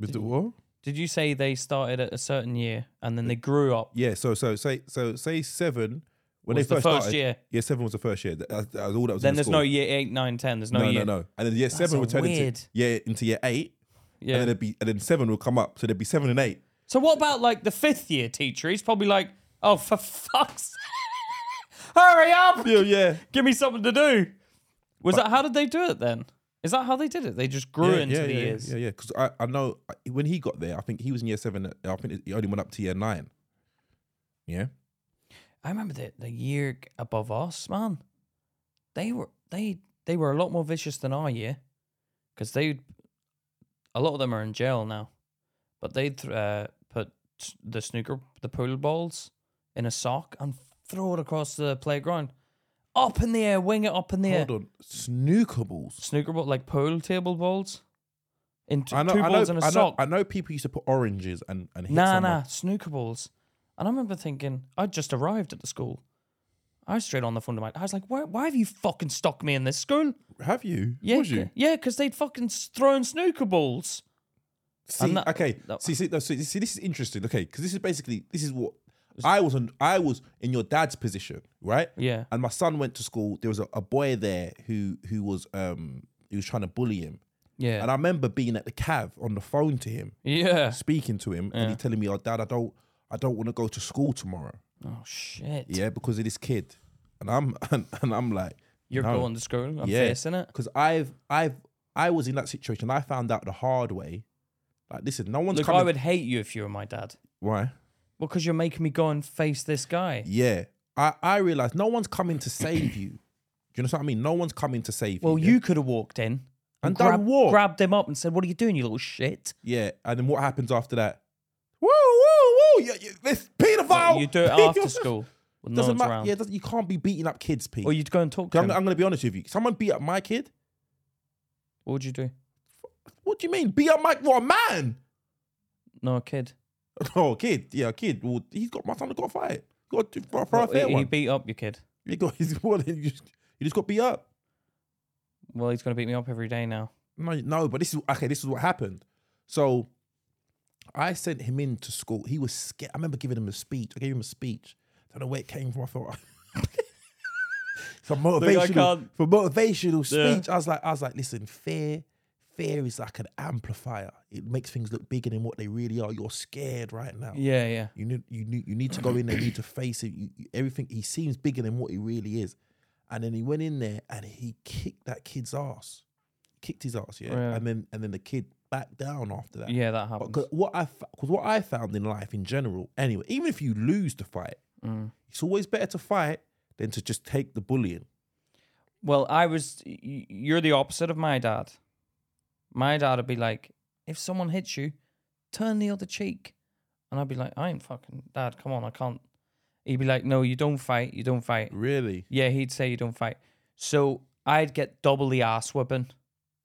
with the
did-
what?
Did you say they started at a certain year and then they grew up?
Yeah. So so say so say seven when
was
they first
the first
started.
year.
Yeah, seven was the first year. That, that, that was all that was.
Then
in the
there's
school.
no year eight, nine, ten. There's no,
no,
year.
no, no. And then year seven
a
would turn
weird-
into yeah into year eight,
Yeah.
and then it'd be and then seven will come up, so there'd be seven and eight.
so what about like the fifth year teacher? He's probably like, oh for fuck's sake. hurry up,
Yeah, yeah,
give me something to do. Was that how did they do it then? Is that how they did it? They just grew
yeah,
into
yeah,
the
yeah,
years.
Yeah, yeah. Because I, I know uh, when he got there, I think he was in year seven. uh, I think he only went up to year nine. Yeah,
I remember the the year above us, man. They were they they were a lot more vicious than our year, because they a lot of them are in jail now, but they th- uh, put the snooker the pool balls in a sock and throw it across the playground, up in the air, wing it up in the air.
hold on, snooker balls.
Snooker ball like pool table balls, in t-
I know,
two
I
balls
know,
in a
I know,
sock.
I know. People used to put oranges and and hit
Nah,
someone.
nah, snooker balls. And I remember thinking, I'd just arrived at the school. I was straight on the phone to my. I was like, why, why have you fucking stuck me in this school?
Have you?
Yeah,
Was you?
c- yeah, because they'd fucking s- thrown snooker balls.
See,
not-
okay.
no.
See, see, no, see, see, this is interesting. Okay, because this is basically this is what I was on. I was in your dad's position, right?
Yeah.
And my son went to school. There was a, a boy there who who was um he was trying to bully him.
Yeah.
And I remember being at the Cav on the phone to him,
yeah.
speaking to him, and he telling me, "Oh, dad, I don't, I don't want to go to school tomorrow.
Oh shit.
Yeah, because of this kid." And I'm and, and I'm like,
You're
no.
going to school. I'm
Yeah.
facing it.
because I've I've I was in that situation. I found out the hard way. Like, listen, no one's
Look,
coming.
I would hate you if you were my dad.
Why?
Well, because you're making me go and face this guy.
Yeah. I, I realized no one's coming to save you. Do you know what I mean? No one's coming to save
Well,
you.
you could have walked in
And done
grab,
what?
grabbed him up and said, "What are you doing, you little shit?"
Yeah. And then what happens after that? Woo, woo, woo. You, you, this pedophile.
You do it after school when no
Doesn't
one's
matter.
around,
Yeah, doesn't, you can't be beating up kids, Pete.
or you'd go and talk to
I'm,
him.
I'm going to be honest with you. Someone beat up my kid?
What would you do?
What do you mean? Beat up my what, a man?
No, a kid.
Oh, kid. Yeah, a kid. Well, he's got my son got fired. He got to- for, for
Well,
a fair
he, he
one.
beat up your kid.
He got his what? You just, you just got beat up.
Well, he's gonna beat me up every day now.
No, no, but this is okay. This is what happened. So I sent him into school. He was scared. I remember giving him a speech. I gave him a speech. don't know where it came from. I thought for motivational,
can't-
for motivational
Yeah.
speech. I was like, I was like, listen, fear, fear is like an amplifier. It makes things look bigger than what they really are. You're scared right now.
Yeah, yeah.
You need, you need, you need to go in there. You need to face it. You, you- everything he seems bigger than what he really is. And then he went in there and he kicked that kid's ass, kicked his ass, yeah.
Yeah.
And then and then the kid backed down after that.
Yeah, that happens.
Because what I because what I found in life in general, anyway, even if you lose the fight,
Mm.
it's always better to fight than to just take the bullying.
Well, I was. y- You're the opposite of my dad. My dad would be like, if someone hits you, turn the other cheek. And I'd be like, I ain't fucking dad, come on, I can't. He'd be like, No, you don't fight, you don't fight.
Really?
Yeah, he'd say you don't fight. So I'd get double the ass whipping.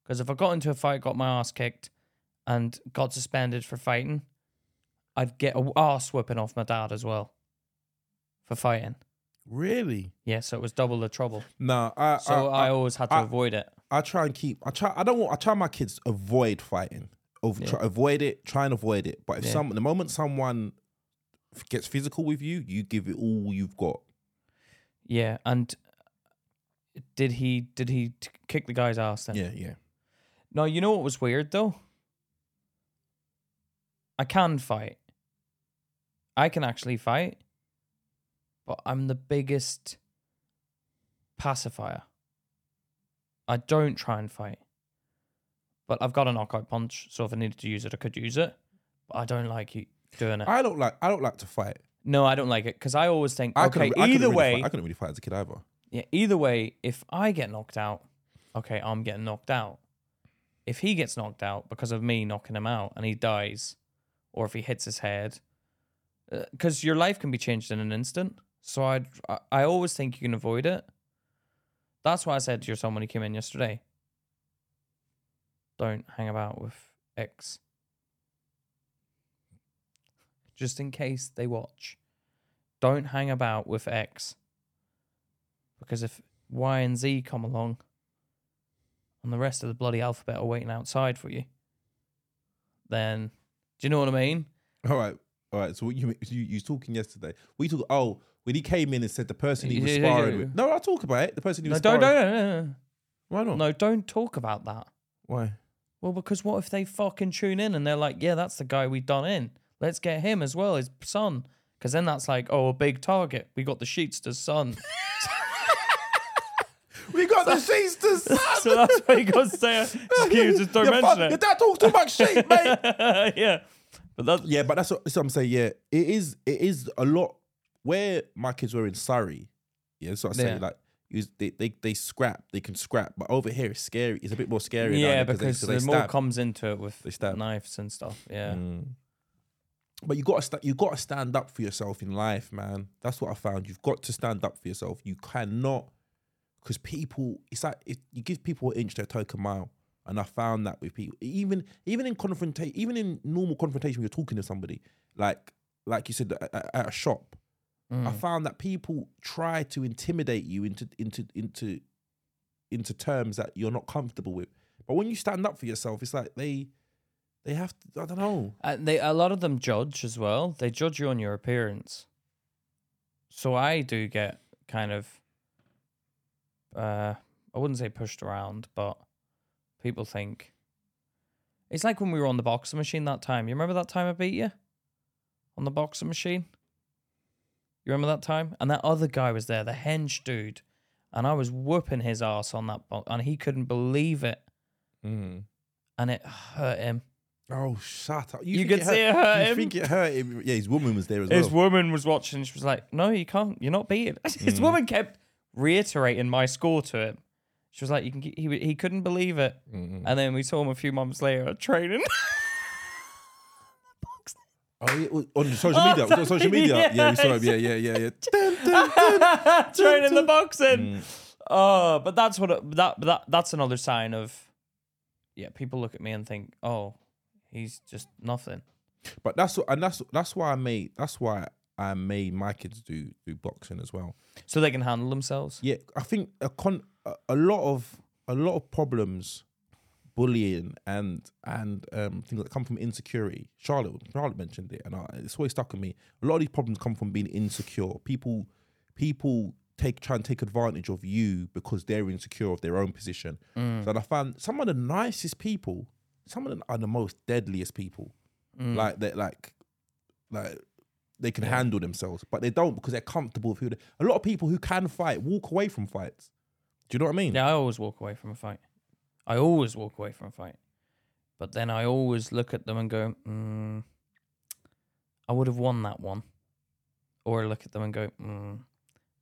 Because if I got into a fight, got my ass kicked, and got suspended for fighting, I'd get a ass whipping off my dad as well for fighting.
Really?
Yeah, so it was double the trouble.
No, I
So
I,
I,
I,
always had to
I-
avoid it.
I try and keep I try I don't want I try my kids to avoid fighting. Over,
Yeah.
try, avoid it, try and avoid it. But if
Yeah.
some the moment someone f- gets physical with you, you give it all you've got.
Yeah, and did he did he t- kick the guy's ass then?
Yeah, yeah.
No, you know what was weird though? I can fight. I can actually fight. But I'm the biggest pacifier. I don't try and fight. But I've got a knockout punch, so if I needed to use it, I could use it. But I don't like you doing it.
I don't like I don't like to fight.
no, I don't like it because I always think,
I
okay,
couldn't- I couldn't
either
really
way,
fight- I couldn't really fight as a kid either.
yeah, either way, if I get knocked out, okay, I'm getting knocked out. If he gets knocked out because of me knocking him out and he dies, or if he hits his head, because your life can be changed in an instant. So I'd, I, I always think you can avoid it. That's why I said to your son when he came in yesterday, don't hang about with X. Just in case they watch, don't hang about with X because if Y and Z come along, and the rest of the bloody alphabet are waiting outside for you, then do you know what I mean?
All right, all right. So what you you, you was talking yesterday? We talk. Oh, when he came in and said the person he was
Yeah, yeah, yeah,
sparring
yeah.
with. No, I'll talk about it. The person he
No,
was
don't,
sparring.
don't, no, no,
Why
no,
not?
no, don't talk about that.
Why?
Well, because what if they fucking tune in and they're like, yeah, that's the guy we done in. Let's get him as well, his son. Because then that's like, oh, a big target. We got the Sheetster's son.
We got the sheets to
so that's why he goes there. Just, keep- just don't
your, fa-
mention
your
it.
dad talks too much shit, mate.
yeah. But that's,
Yeah, but that's what, that's what I'm saying. Yeah, it is. It is a lot. Where my kids were in Surrey, yeah, that's what I say.
Yeah.
Like, it was, they, they they scrap, they can scrap, but over here it's scary. It's a bit more scary. down
yeah,
there
because
they,
the
they
more
stab.
comes into it with
They stab.
knives and stuff. Yeah.
But you gotta sta- you gotta stand up for yourself in life, man. That's what I found. You've got to stand up for yourself. You cannot, because people, it's like it, you give people an inch, they take a mile. And I found that with people, even even in confrontation, even in normal confrontation, when you're talking to somebody, like like you said at, at- at a shop, I
Mm.
found that people try to intimidate you into into into into terms that you're not comfortable with. But when you stand up for yourself, it's like they they have to. I don't know.
Uh, they a lot of them judge as well. They judge you on your appearance. So I do get kind of uh I wouldn't say pushed around, but people think it's like when we were on the boxing machine that time. You remember that time I beat you? On the boxing machine? You remember that time? And that other guy was there, the hench dude, and I was whooping his ass on that box and he couldn't believe it Mm. and it hurt him.
Oh, shut up!
You
think
could
hurt-
see it hurt
You
him.
think it hurt him? Yeah, his woman was there as
His
well. Mm.
woman was watching. She was like, "No, you can't. You're not beating." His woman kept reiterating my score to him. She was like, "You can." Get, he he couldn't believe it. And then we saw him a few months later at training.
Oh, yeah, well, on the social
Oh,
media, it was on social
sorry,
media. Yeah, we saw him.
yes.
Yeah, yeah, yeah, yeah. Dun, dun. Mm.
training the boxing. Oh, but that's what it- that that that's another sign of. Yeah, people look at me and think, "Oh, he's just nothing."
But that's what, and that's that's why I made that's why I made my kids do do boxing as well.
So they can handle themselves.
Yeah, I think a con a, a lot of a lot of problems, bullying and and um, things that come from insecurity. Charlotte Charlotte mentioned it, and I, it's always stuck with me. A lot of these problems come from being insecure. People people take try and take advantage of you because they're insecure of their own position. So I found some of the nicest people, some of them are the most deadliest people. Like they're like like they can handle themselves, but they don't because they're comfortable with who they a lot of people who can fight walk away from fights. Do you know what I mean?
Yeah, I always walk away from a fight. I always walk away from a fight. But then I always look at them and go, mm, I would have won that one. Or I look at them and go, mm,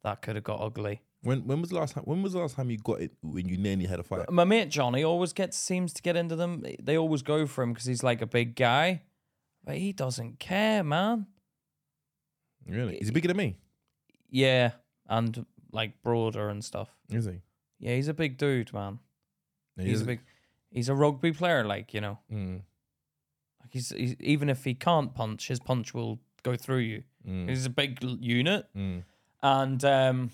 that could have got ugly.
When when was the last time when was the last time you got it when you nearly had a fight?
My mate Johnny always gets seems to get into them. They always go for him because he's like a big guy. But he doesn't care, man.
Really? Is he bigger than me?
Yeah, and like broader and stuff.
Is he?
Yeah, he's a big dude, man.
No, he
He's a
is-
big. He's a rugby player, like you know.
Mm,
Like he's, he's even if he can't punch, his punch will go through you.
mm,
He's a big l- unit,
mm.
and um,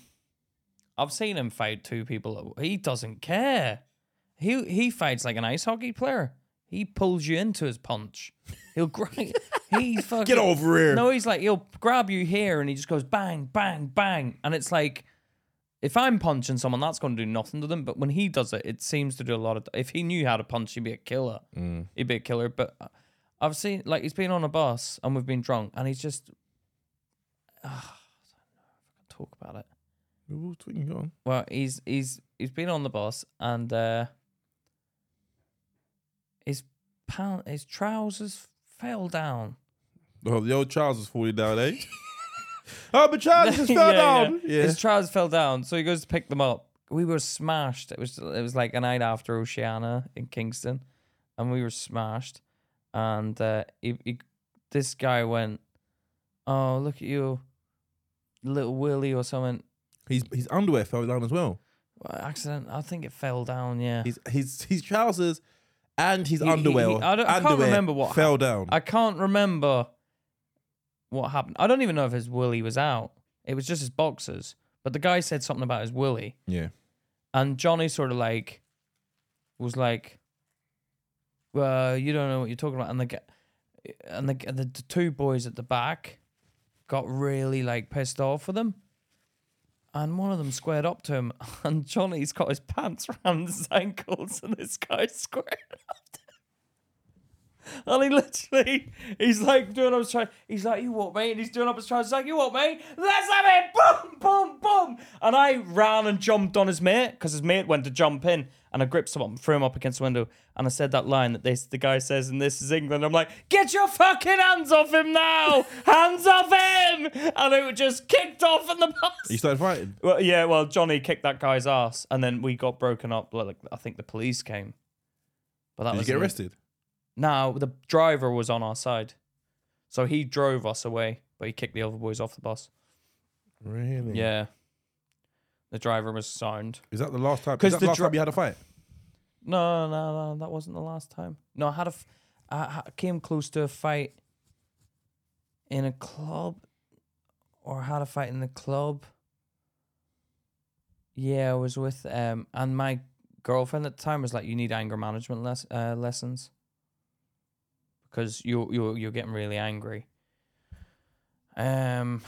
I've seen him fight two people. He doesn't care. He he fights like an ice hockey player. He pulls you into his punch. He'll grind. he fucking
Get over here.
No, he's like he'll grab you here, and he just goes bang, bang, bang, and it's like. If I'm punching someone, that's going to do nothing to them. But when he does it, it seems to do a lot of. If he knew how to punch, he'd be a killer. He'd be a killer. But I've seen like he's been on a bus and we've been drunk, and he's just. Ah, I don't know if I can talk about it.
Well, tweeting, go on.
Well, he's he's he's been on the bus and uh, his pant his trousers fell down.
Oh, the old Charles was falling down, eh? oh, but Charles just fell
Yeah,
down.
yeah. His trousers fell down, so he goes to pick them up. We were smashed. It was it was like a night after Oceana in Kingston, and we were smashed. And uh, he, he, this guy went, "Oh, look at you, little Willie or something."
His his underwear fell down as well.
Well, Accident. I think it fell down. Yeah.
His his his trousers and his
He- he-
underwear.
he- I don't- I can't
underwear
remember what
fell down.
I can't remember what happened. I don't even know if his willy was out. It was just his boxers. But the guy said something about his willy,
yeah.
and Johnny sort of like was like, "Well, you don't know what you're talking about." And the g- and the the, the two boys at the back got really like pissed off with him. And one of them squared up to him, and Johnny's got his pants round his ankles, and this guy's squared and he literally, he's like doing up his trousers. He's like, "You what, mate?" And he's doing up his trousers. He's like, "You what, mate?" Let's have it! Boom, boom, boom! And I ran and jumped on his mate because his mate went to jump in, and I gripped someone, threw him up against the window, and I said that line that this the guy says, and this is England. I'm like, "Get your fucking hands off him now! hands off him!" And it just kicked off in the bus.
You started fighting.
Well, yeah, well, Johnny kicked that guy's ass, and then we got broken up. Like, I think the police came. But that
Did you
was
get
an-
arrested?
no, the driver was on our side. So he drove us away, but he kicked the other boys off the bus.
Really?
Yeah. The driver was sound.
Is that the last time?
'Cause
Is that
the
the last
dra-
time you had a fight?
No, no, no, that wasn't the last time. No, I had a, f- I ha- came close to a fight in a club, or had a fight in the club. Yeah, I was with um, and my girlfriend at the time was like, "You need anger management less uh, lessons because you you you're getting really angry." Um,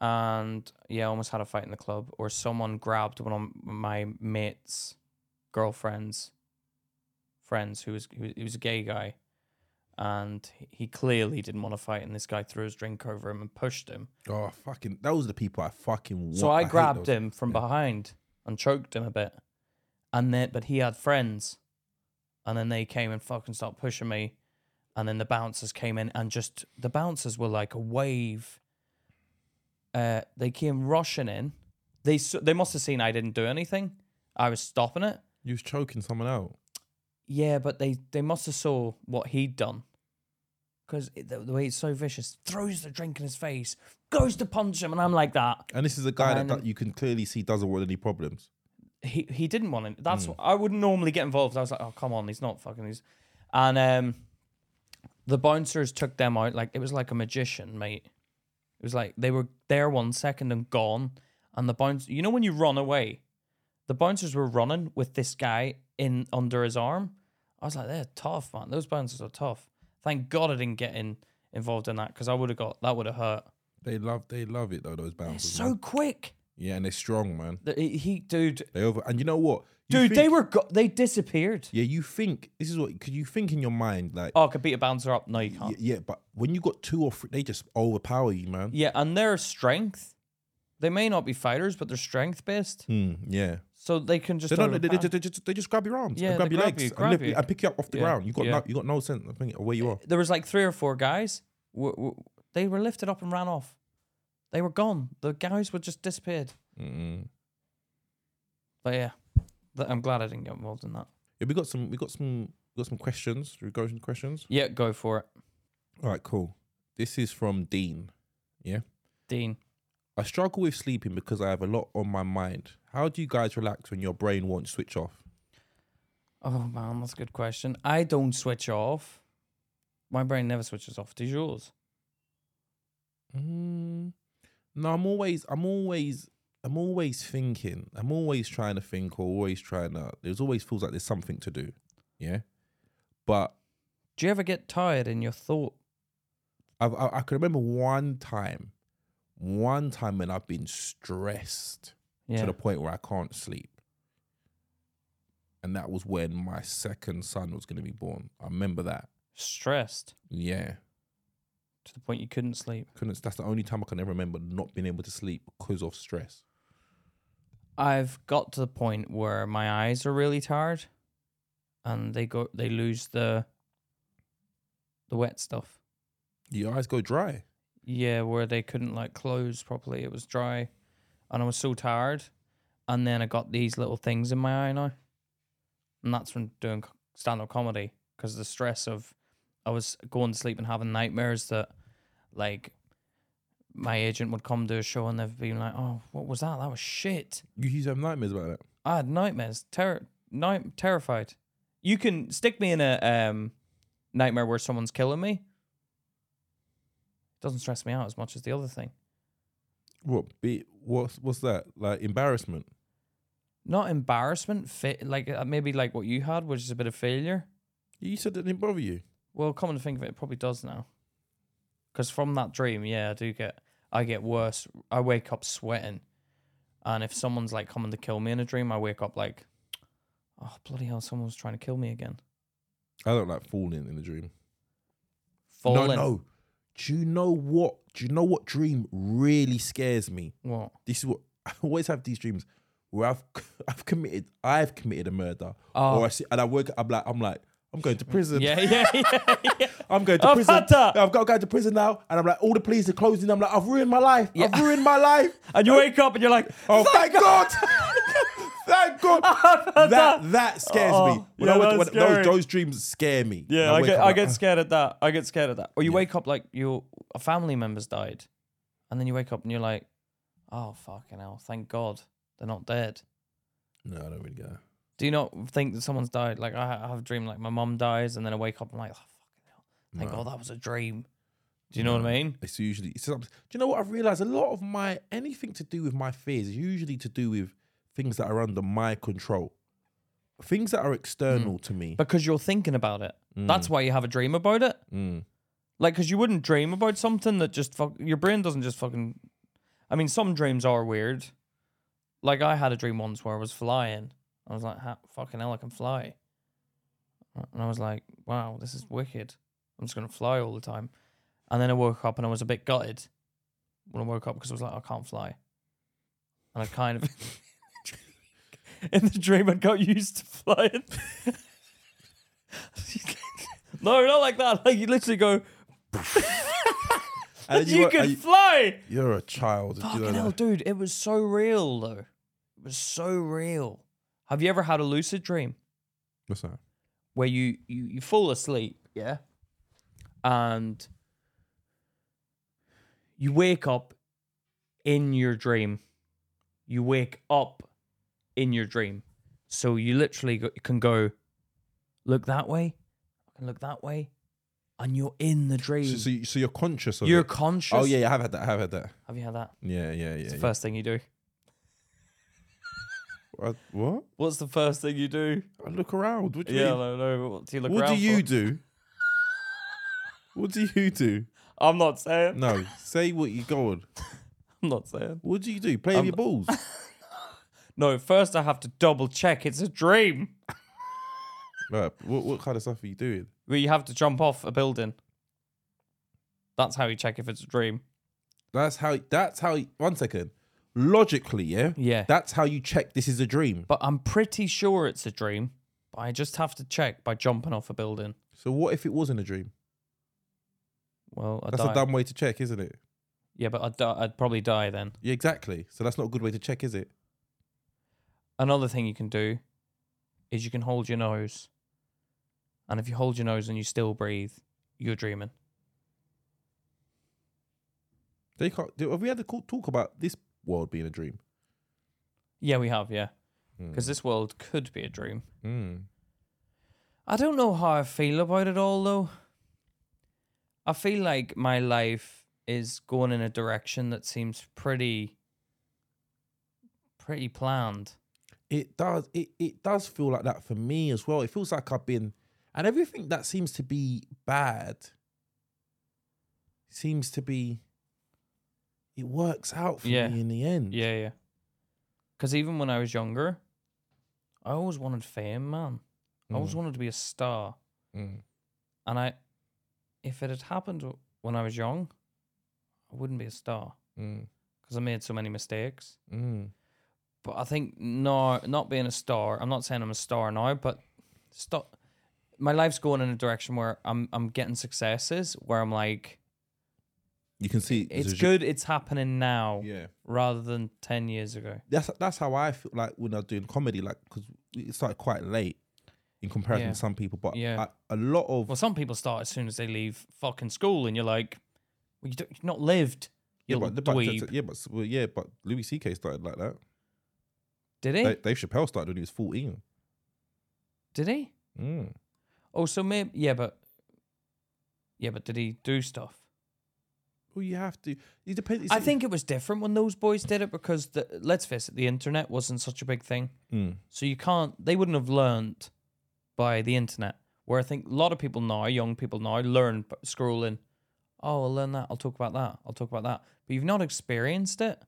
and yeah, I almost had a fight in the club, or someone grabbed one of my mates' girlfriend's friends who was who was- he was a gay guy, and he- he clearly didn't want to fight, and this guy threw his drink over him and pushed him.
Oh fucking! Those are the people I fucking. Want.
So I,
hate
grabbed
those.
him from behind and choked him a bit, and then but he had friends, and then they came and fucking started pushing me, and then the bouncers came in and just the bouncers were like a wave. Uh, they came rushing in. They s- they must have seen I didn't do anything. I was stopping it.
You was choking someone out.
Yeah, but they they must have saw what he'd done. Because the, the way it's so vicious, throws the drink in his face, goes to punch him, and I'm like that.
And this is a guy that,
And-
that you can clearly see doesn't want any problems.
he he didn't want it.
Hmm.
That's what I wouldn't normally get involved. I was like, oh come on, he's not fucking these. And um, the bouncers took them out like it was like a magician, mate. It was like they were there one second and gone, and the bounce. You know when you run away, the bouncers were running with this guy in under his arm. I was like, they're tough, man. Those bouncers are tough. Thank God I didn't get in involved in that because I would have got that would have hurt.
They love, they love it though. Those
They're
bouncers.
so
man.
quick.
yeah, and they're strong, man.
The- He, he- dude,
They over. And you know what, You
dude, they
think-
were go- they disappeared.
Yeah, you think this is what? Because you think in your mind like,
Oh, I could beat a bouncer up. No, you
y-
can't. Yeah,
yeah, but when you got two or three, they just overpower you, man.
and their strength, they may not be fighters, but they're strength based.
Hmm, yeah.
So they can just.
They don't. They, they,
overpower.
they, they just, they just grab your arms.
Yeah,
and grab
they
your
grab
legs.
you,
and,
grab
lift
you.
and pick you up off the
Yeah,
ground. You got
yeah.
no. You got no sense of thinking of where you are.
there was like three or four guys. W- w- they were lifted up and ran off. They were gone. The guys were just disappeared.
Mm-mm.
But yeah, th- I'm glad I didn't get involved in that.
Yeah, we got some. We got some. We got some questions. Regression questions.
Yeah, go for it.
All right, cool. This is from Dean.
Dean.
I struggle with sleeping because I have a lot on my mind. How do you guys relax when your brain won't switch off?
Oh man, that's a good question. I don't switch off. My brain never switches off. Does yours?
Mm, no, I'm always, I'm always, I'm always thinking. I'm always trying to think, or always trying to. There's always feels like there's something to do. Yeah, but
Do you ever get tired in your thought?
I've, I, I can remember one time, one time when I've been stressed
Yeah.
to the point where I can't sleep. And that was when my second son was going to be born. I remember that.
Stressed
Yeah.
to the point you couldn't sleep.
Couldn't, that's the only time I can ever remember not being able to sleep because of stress.
I've got to the point where my eyes are really tired, and they go they lose the the wet stuff.
Your eyes go dry.
Yeah, where they couldn't like close properly. It was dry, and I was so tired. And then I got these little things in my eye now, and that's from doing stand up comedy because the stress of I was going to sleep and having nightmares that, like, my agent would come to a show and they'd be like, "Oh, what was that? That was shit."
You used to have nightmares about that.
I had nightmares, terror, night, terrified. You can stick me in a um, nightmare where someone's killing me. doesn't stress me out as much as the other thing.
What? Be, what's, what's that? Like embarrassment?
Not embarrassment, fa- like uh, maybe like what you had, which is a bit of failure.
You said that didn't bother you.
Well, come to think of it, it probably does now. Because from that dream, yeah, I do get, I get worse. I wake up sweating, and if someone's like coming to kill me in a dream, I wake up like, oh bloody hell, someone's trying to kill me again.
I don't like falling in the dream.
Falling.
No, no. Do you know what? Do you know what dream really scares me?
What?
this is what I always have these dreams where I've I've committed I've committed a murder
Oh.
or I see, and I wake up I'm like I'm like I'm going to prison
Yeah, yeah, yeah, yeah.
I'm going to
I've
prison
had that.
I've got to go to prison now and I'm like all the police are closing I'm like I've ruined my life I've
Yeah.
ruined my life
And you wake up and you're like,
oh thank God, thank God that that scares me
Oh,
when
yeah,
I wake, when
that's
those,
scary.
those dreams scare me
yeah,
When
I
wake
get,
up,
I
like,
get
"Ah."
scared at that. I get scared at that. Or you wake up like your a family member's died, and then you wake up and you're like, oh fucking hell, thank God they're not dead.
"Ah, no I don't really get that
Do you not think that someone's died? Like I ha- I have a dream like my mum dies, and then I wake up and I'm like, oh, fucking hell, thank
No.
God that was a dream. Do you know what I mean?
It's usually. It's, do you know what I've realized? A lot of my anything to do with my fears is usually to do with things that are under my control, things that are external
Hmm.
to me.
Because you're thinking about it. That's why you have a dream about it.
Mm.
Like, because you wouldn't dream about something that just fuck your brain doesn't just fucking. I mean, some dreams are weird. Like I had a dream once where I was flying. I was like, "Ha- "Fucking hell, I can fly!" And I was like, "Wow, this is wicked. I'm just gonna fly all the time." And then I woke up and I was a bit gutted when I woke up because I was like, "I can't fly," and I kind of. In the dream, I got used to flying. no, not like that. Like you literally go,
And then
you,
are-
can
and
fly.
you, are a child. do you know
Fucking hell,
that?
dude, it was so real though. It was so real. Have you ever had a lucid dream
What's that?
where you you, you fall asleep, yeah, and you wake up in your dream. You wake up in your dream, so you literally go, can go look that way, I can look that way, and you're in the dream.
So, so, you, so you're conscious of
you're
it.
conscious.
Oh yeah, yeah, I have had that. I have had that.
Have you had that?
Yeah, yeah, yeah.
It's
yeah.
the first thing you do.
I- what?
What's the first thing you do?
I look around. What do you
Yeah,
mean?
no, no. What do you look
what do
around
you
for?
do? What do you do?
I'm not saying.
No, say what you go on.
I'm not saying.
What do you do? Play with your balls.
No, first I have to double check it's a dream.
right. What, what kind of stuff are you doing?
Where you have to jump off a building. That's how you check if it's a dream.
That's how. That's how. One second. Logically, yeah.
Yeah.
That's how you check this is a dream.
But I'm pretty sure it's a dream. But I just have to check by jumping off a building.
So what if it wasn't a dream?
Well, I
That's
die.
a dumb way to check, isn't it?
yeah, but I'd, di- I'd probably die then.
Yeah, exactly. So that's not a good way to check, is it?
Another thing you can do is you can hold your nose. And if you hold your nose and you still breathe, you're dreaming.
They can't. do- Have we had a co- talk about this world being a dream?
Yeah, we have, yeah. Because this world could be a dream.
Mm.
I don't know how I feel about it all, though. I feel like my life is going in a direction that seems pretty, pretty planned.
It does. It it does feel like that for me as well. It feels like I've been, and everything that seems to be bad seems to be. It works out for
Yeah.
me in the end.
Yeah, yeah. Because even when I was younger, I always wanted fame, man. I always wanted to be a star.
Mm.
And I, if it had happened w- when I was young, I wouldn't be a star
Mm.
because I made so many mistakes.
Mm.
But I think no, not being a star. I'm not saying I'm a star now, but stop. My life's going in a direction where I'm I'm getting successes where I'm like,
You can see
it's good, it's happening now,
Yeah.
rather than ten years ago.
that's that's how I feel like when I was doing comedy, like because it started quite late in comparison
Yeah.
to some people, but
Yeah.
I- a lot of
Well, some people start as soon as they leave fucking school, and you're like, well, you don't, you've not lived.
yeah,
You
but, but
little dweeb.
yeah, but well, yeah, but Louis C.K. started like that.
did he?
Dave, Dave Chappelle started when he was fourteen.
did he?
Mm.
Oh, so maybe yeah, but yeah, but did he do stuff?
Well, you have to. It depends. it's-
I think it was different when those boys did it because the, let's face it, the internet wasn't such a big thing.
Mm.
So you can't, they wouldn't have learned by the internet. Where I think a lot of people now, young people now, learn b- scrolling. Oh, I'll learn that. I'll talk about that. I'll talk about that. But you've not experienced it.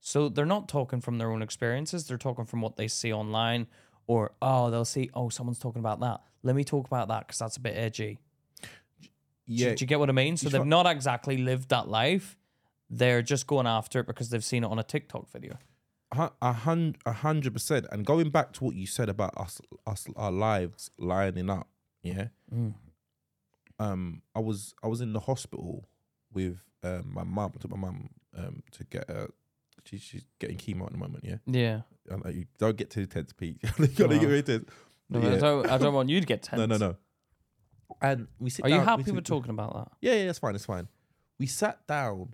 So they're not talking from their own experiences. They're talking from what they see online or, oh, they'll see, oh, someone's talking about that. Let me talk about that because that's a bit edgy. Do-
yeah,
Do, you get what I mean? So
You
they've
try-
not exactly lived that life. They're just going after it because they've seen it on a TikTok video.
hu- a hun- a hundred percent. And going back to what you said about us, us, our lives lining up. Yeah.
Mm.
Um, I was I was in the hospital with um, my mum. Took my mum um to get uh, she, she's getting chemo at the moment. Yeah.
Yeah.
I know you don't get too tense, Pete. you don't get
Wow.
very tense.
No,
But yeah.
I, don't, I don't want you to get tense.
no, no, no. And we sit.
Are you
down- we
happy
sit-
with talking about that?
Yeah, yeah, that's fine. It's fine. We sat down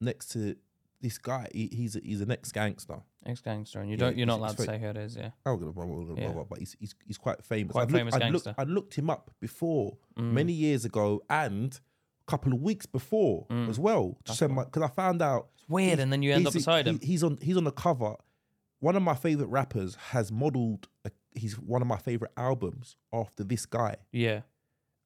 next to this guy. He, he's a, he's an ex gangster.
Ex gangster, and you
Yeah,
don't. You're not
it's-
allowed
it's
to say who it is. Yeah.
I don't know, blah, blah, blah, blah,
Yeah.
blah, but he's, he's he's quite famous.
Quite
I've looked-
famous
I've looked-
gangster. Mm.
I looked him up before many years ago and a couple of weeks before as well. To send my because I found out
It's weird, and then Mm. you end
he's-
up beside
he-
him.
He's on he's on the cover. One of my favorite rappers has modeled. A, he's one of my favorite albums after this guy.
yeah.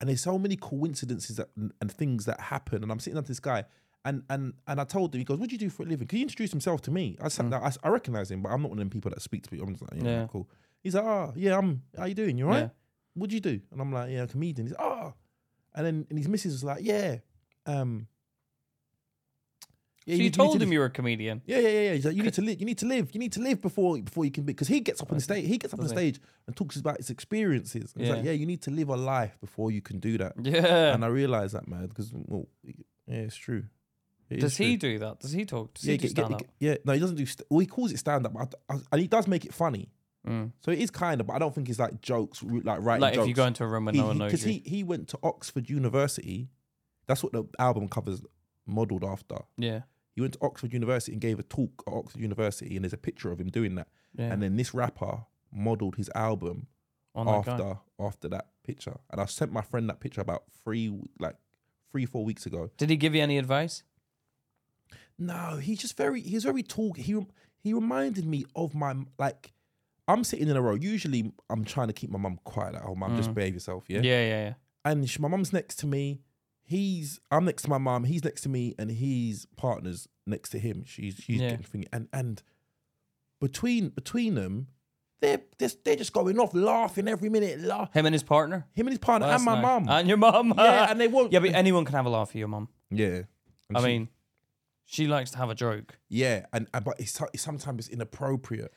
and there's so many coincidences that, and and things that happen. And I'm sitting up to this guy, and and and I told him, he goes, "What do you do for a living?" Can you introduce himself to me? I sat down, I, recognize him, but I'm not one of them people that speak to people. I'm just like, yeah,
Mm. Yeah.
cool. He's like, "Ah, yeah, I'm. How you doing? You alright?
Yeah.
What do you do?" And I'm like, "Yeah, a comedian." He's ah, and then and his missus was like, "Yeah, um." yeah,
so you
need- need
told
to
him
live-
you were a comedian.
yeah, yeah, yeah, yeah. He's like, you need to live. You need to live. You need to live before before you can be. Because he gets up on the stage. He gets up on the
Doesn't he?
stage and talks about his experiences. And He's like,
Yeah.
yeah, you need to live a life before you can do that.
Yeah.
And I realize that, man, because well, yeah, it's true. It is
Does he
true.
do that? Does he talk? Does
Yeah,
he do
get- get-
stand up?
get- yeah, no, he doesn't do. St- well, he calls it stand up, but I, I, and he does make it funny.
Mm.
So it is kind of, but I don't think it's like jokes, re- like writing
Like if
jokes.
you go into a room and no one knows
Because
you.
he, he went to Oxford University. That's what the album covers modeled after.
yeah.
He went to Oxford University and gave a talk at Oxford University, and there's a picture of him doing that.
Yeah. Oh
And then this rapper modeled his album
On that guy.
after after that picture. And I sent my friend that picture about three like three four weeks ago.
Did he give you any advice?
No, he's just very he's very tall. He he reminded me of my like I'm sitting in a row. Usually I'm trying to keep my mum quiet. Like, oh mum, just behave yourself, yeah.
Mm. Yeah. Yeah. Yeah.
And she, my mum's next to me. He's I'm next to my mum. He's next to me, and his partner's next to him. She's she's
Yeah.
getting thingy. and and between between them, they're just they're just going off laughing every minute. Laugh.
Him and his partner.
Him and his partner
Well,
and
that's
my
nice.
mum.
And your mum.
Yeah, and they won't.
yeah, but anyone can have a laugh at your mum.
yeah. And
I
she-
mean, she likes to have a joke.
yeah, and, and but it's, it's sometimes inappropriate.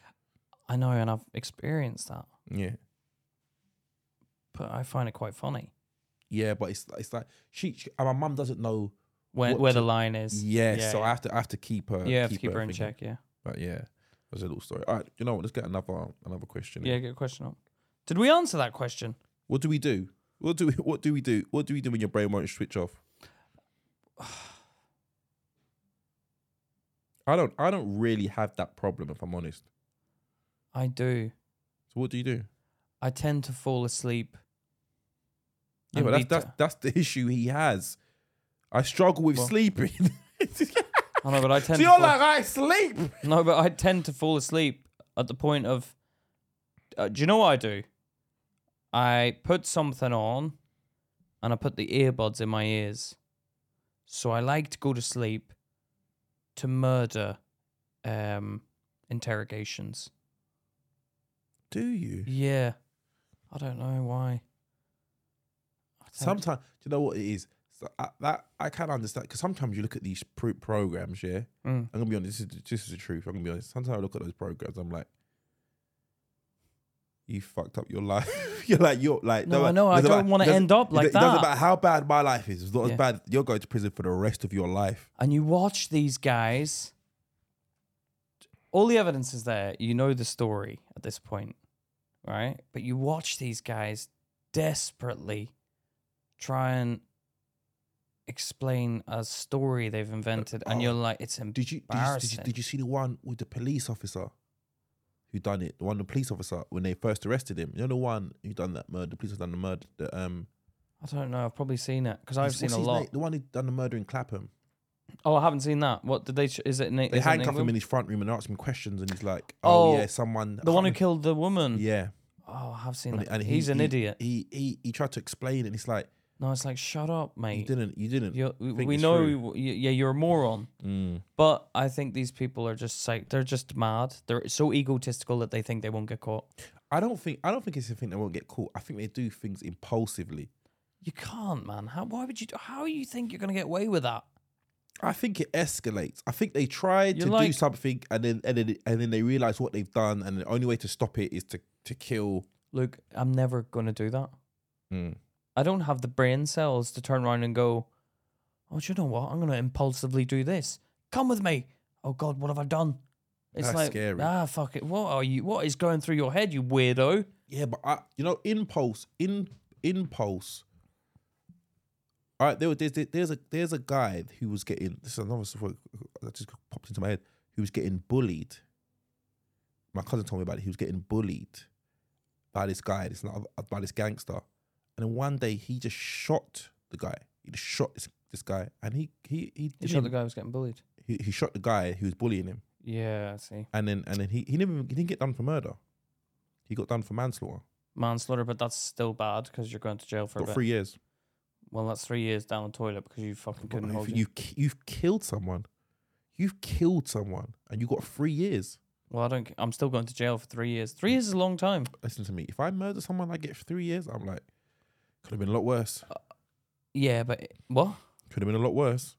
I know, and I've experienced that,
Yeah.
but I find it quite funny
Yeah, but it's it's like she, she and my mum doesn't know.
where
What
where
to-
the line is.
Yeah, so
yeah.
I have to I have to keep her.
yeah, you have to keep her in
thinking.
check. Yeah.
But yeah, that's a little story. All right, you know what? Let's get another another question. in.
Yeah, get a question up. Did we answer that question?
What do we do? What do we what do we do? What do we do when your brain won't switch off? I don't. I don't really have that problem if I'm honest.
I do.
So what do you do?
I tend to fall asleep.
Yeah,
and
but that's,
be
that's that's the issue he has. I struggle with
Well-
sleeping.
t- I know, but I
so
tend. to
you're
fall,
like I sleep.
no, but I tend to fall asleep at the point of. Uh, do you know what I do? I put something on, and I put the earbuds in my ears. So I like to go to sleep to murder um, interrogations.
Do you?
Yeah, I don't know why. I don't-
Sometimes, do you know what it is? So I, that I can understand because sometimes you look at these pro- programs. Yeah,
Mm.
I'm gonna be honest. This is, this is the truth. I'm gonna be honest. Sometimes I look at those programs. I'm like, you fucked up your life. you're like you're like
No,
no,
I know. I
doesn't
don't
matter-
want to
doesn't-
end up like
it doesn't
that.
matter how bad my life is. It's not
Yeah.
as bad. You're going to prison for the rest of your life.
and you watch these guys. All the evidence is there. You know the story at this point, right? But you watch these guys desperately try and explain a story they've invented, and
oh.
you're like, it's embarrassing.
Did you did you, did you did you see the one with the police officer who done it? The one the police officer when they first arrested him. You know the one who done that murder. The police have done the murder. The, um,
I don't know. I've probably seen it because I've
what's
seen a
his
lot.
name? The one who done the murder in Clapham.
Oh, I haven't seen that. What did they? Sh- is it? Na-
They
is it in
handcuff him
England?
in his front room and ask him questions, and he's like, "Oh,
Oh,
yeah, someone." I
The
can't
one who
remember-
killed the woman.
Yeah,
Oh, I have seen
and,
that.
and he-
He's an
he-
idiot.
He he he tried to explain, and it's like,
no, it's like shut up,
"You
mate.
didn't, you didn't."
You're, we
think
we
it's
know,
true.
you- you- yeah, you're a moron.
Mm.
But I think these people are just psych. They're just mad. They're so egotistical that they think they won't get caught.
I don't think I don't think it's a thing they won't get caught. I think they do things impulsively.
You can't, man. How? Why would you? do- How you think you're gonna get away with that?
I think it escalates. I think they tried
You're
to do
like-
something, and then and then and then they realize what they've done, and the only way to stop it is to to kill.
Look, I'm never gonna do that.
Mm.
I don't have the brain cells to turn around and go, "Oh, do you know what? I'm gonna impulsively do this. Come with me." Oh God, what have I done? It's
That's
like
scary.
ah, fuck it. What are you? What is going through your head, you weirdo?
Yeah, but I, you know, impulse, in impulse. All right, there, was- there's there's a there's a guy who was getting this is another story that just popped into my head. Who was getting bullied? My cousin told me about it. He was getting bullied by this guy, this not by this gangster, and then one day he just shot the guy. He just shot this, this guy, and he he he,
You
didn't
shot the
even-
guy who was getting bullied.
he, he shot the guy who was bullying him,
Yeah, I see.
and then and then he he never he didn't get done for murder. He got done for manslaughter.
manslaughter, but that's still bad because you're going to jail for a
Got
bit.
three years.
Well, that's three years down the toilet because you fucking
But
couldn't
if
hold you.
you've ki- you've killed someone, you've killed someone, and you got three years.
Well, I don't. c- I'm still going to jail for three years. Three years is a long time.
Listen to me. If I murder someone, I get three years. I'm like, could have been a lot worse.
Uh, Yeah, but it- what?
Could have been a lot worse.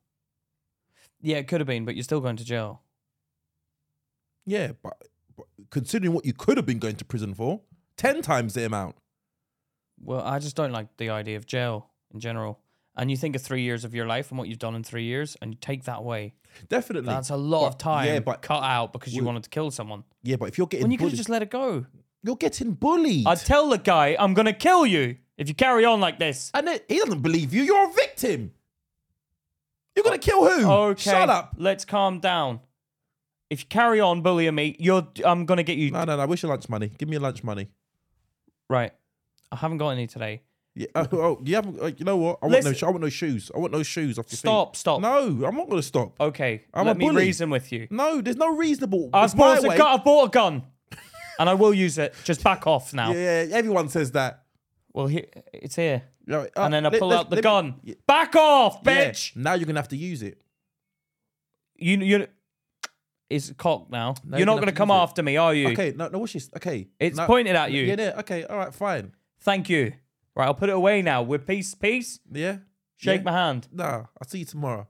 Yeah, it could have been, but you're still going to jail.
Yeah, but, but considering what you could have been going to prison for, ten times the amount.
Well, I just don't like the idea of jail in general. And you think of three years of your life and what you've done in three years, and you take that away.
Definitely.
That's a lot of
But-
time
yeah, but-
cut out because you
Well-
wanted to kill someone.
yeah, but if you're getting
When you could
bullied,
have just let it go.
you're getting bullied,
I'd tell the guy, I'm going to kill you if you carry on like this.
and it, he doesn't believe you. You're a victim. You're gonna kill who?
Oh, Okay.
Shut up.
Let's calm down. If you carry on bullying me, you're I'm gonna get you
No, no, no. Where's your lunch money? Give me your lunch money.
right. I haven't got any today.
Yeah. Oh, oh you haven't. uh, You know what? I want no.
Listen-
sho- I want no shoes. I want no shoes off your
Stop,
feet.
stop.
No, I'm not going to stop.
Okay,
I'm
let
a
me
bully.
reason with you.
No, there's no reasonable.
I've
it's my
bought, a
way.
gu- I've bought a gun, and I will use it. Just back off now.
Yeah, yeah, everyone says that.
Well, here, it's here,
You know, uh,
and then I
let-
pull
let's-
out the
let me-
gun.
Yeah,
Back off,
yeah,
bitch.
Now you're going to have to use it.
You you is cock now.
No,
you're
you're
not
gonna have
gonna
to
come
use it.
after me, are you?
Okay. No, no. What's this? Okay.
It's
no,
pointed at you.
Yeah. Yeah. Okay. All right. Fine.
Thank you. Right, I'll put it away now. With peace, peace.
Yeah.
Shake
yeah.
my hand.
Nah. I'll see you tomorrow.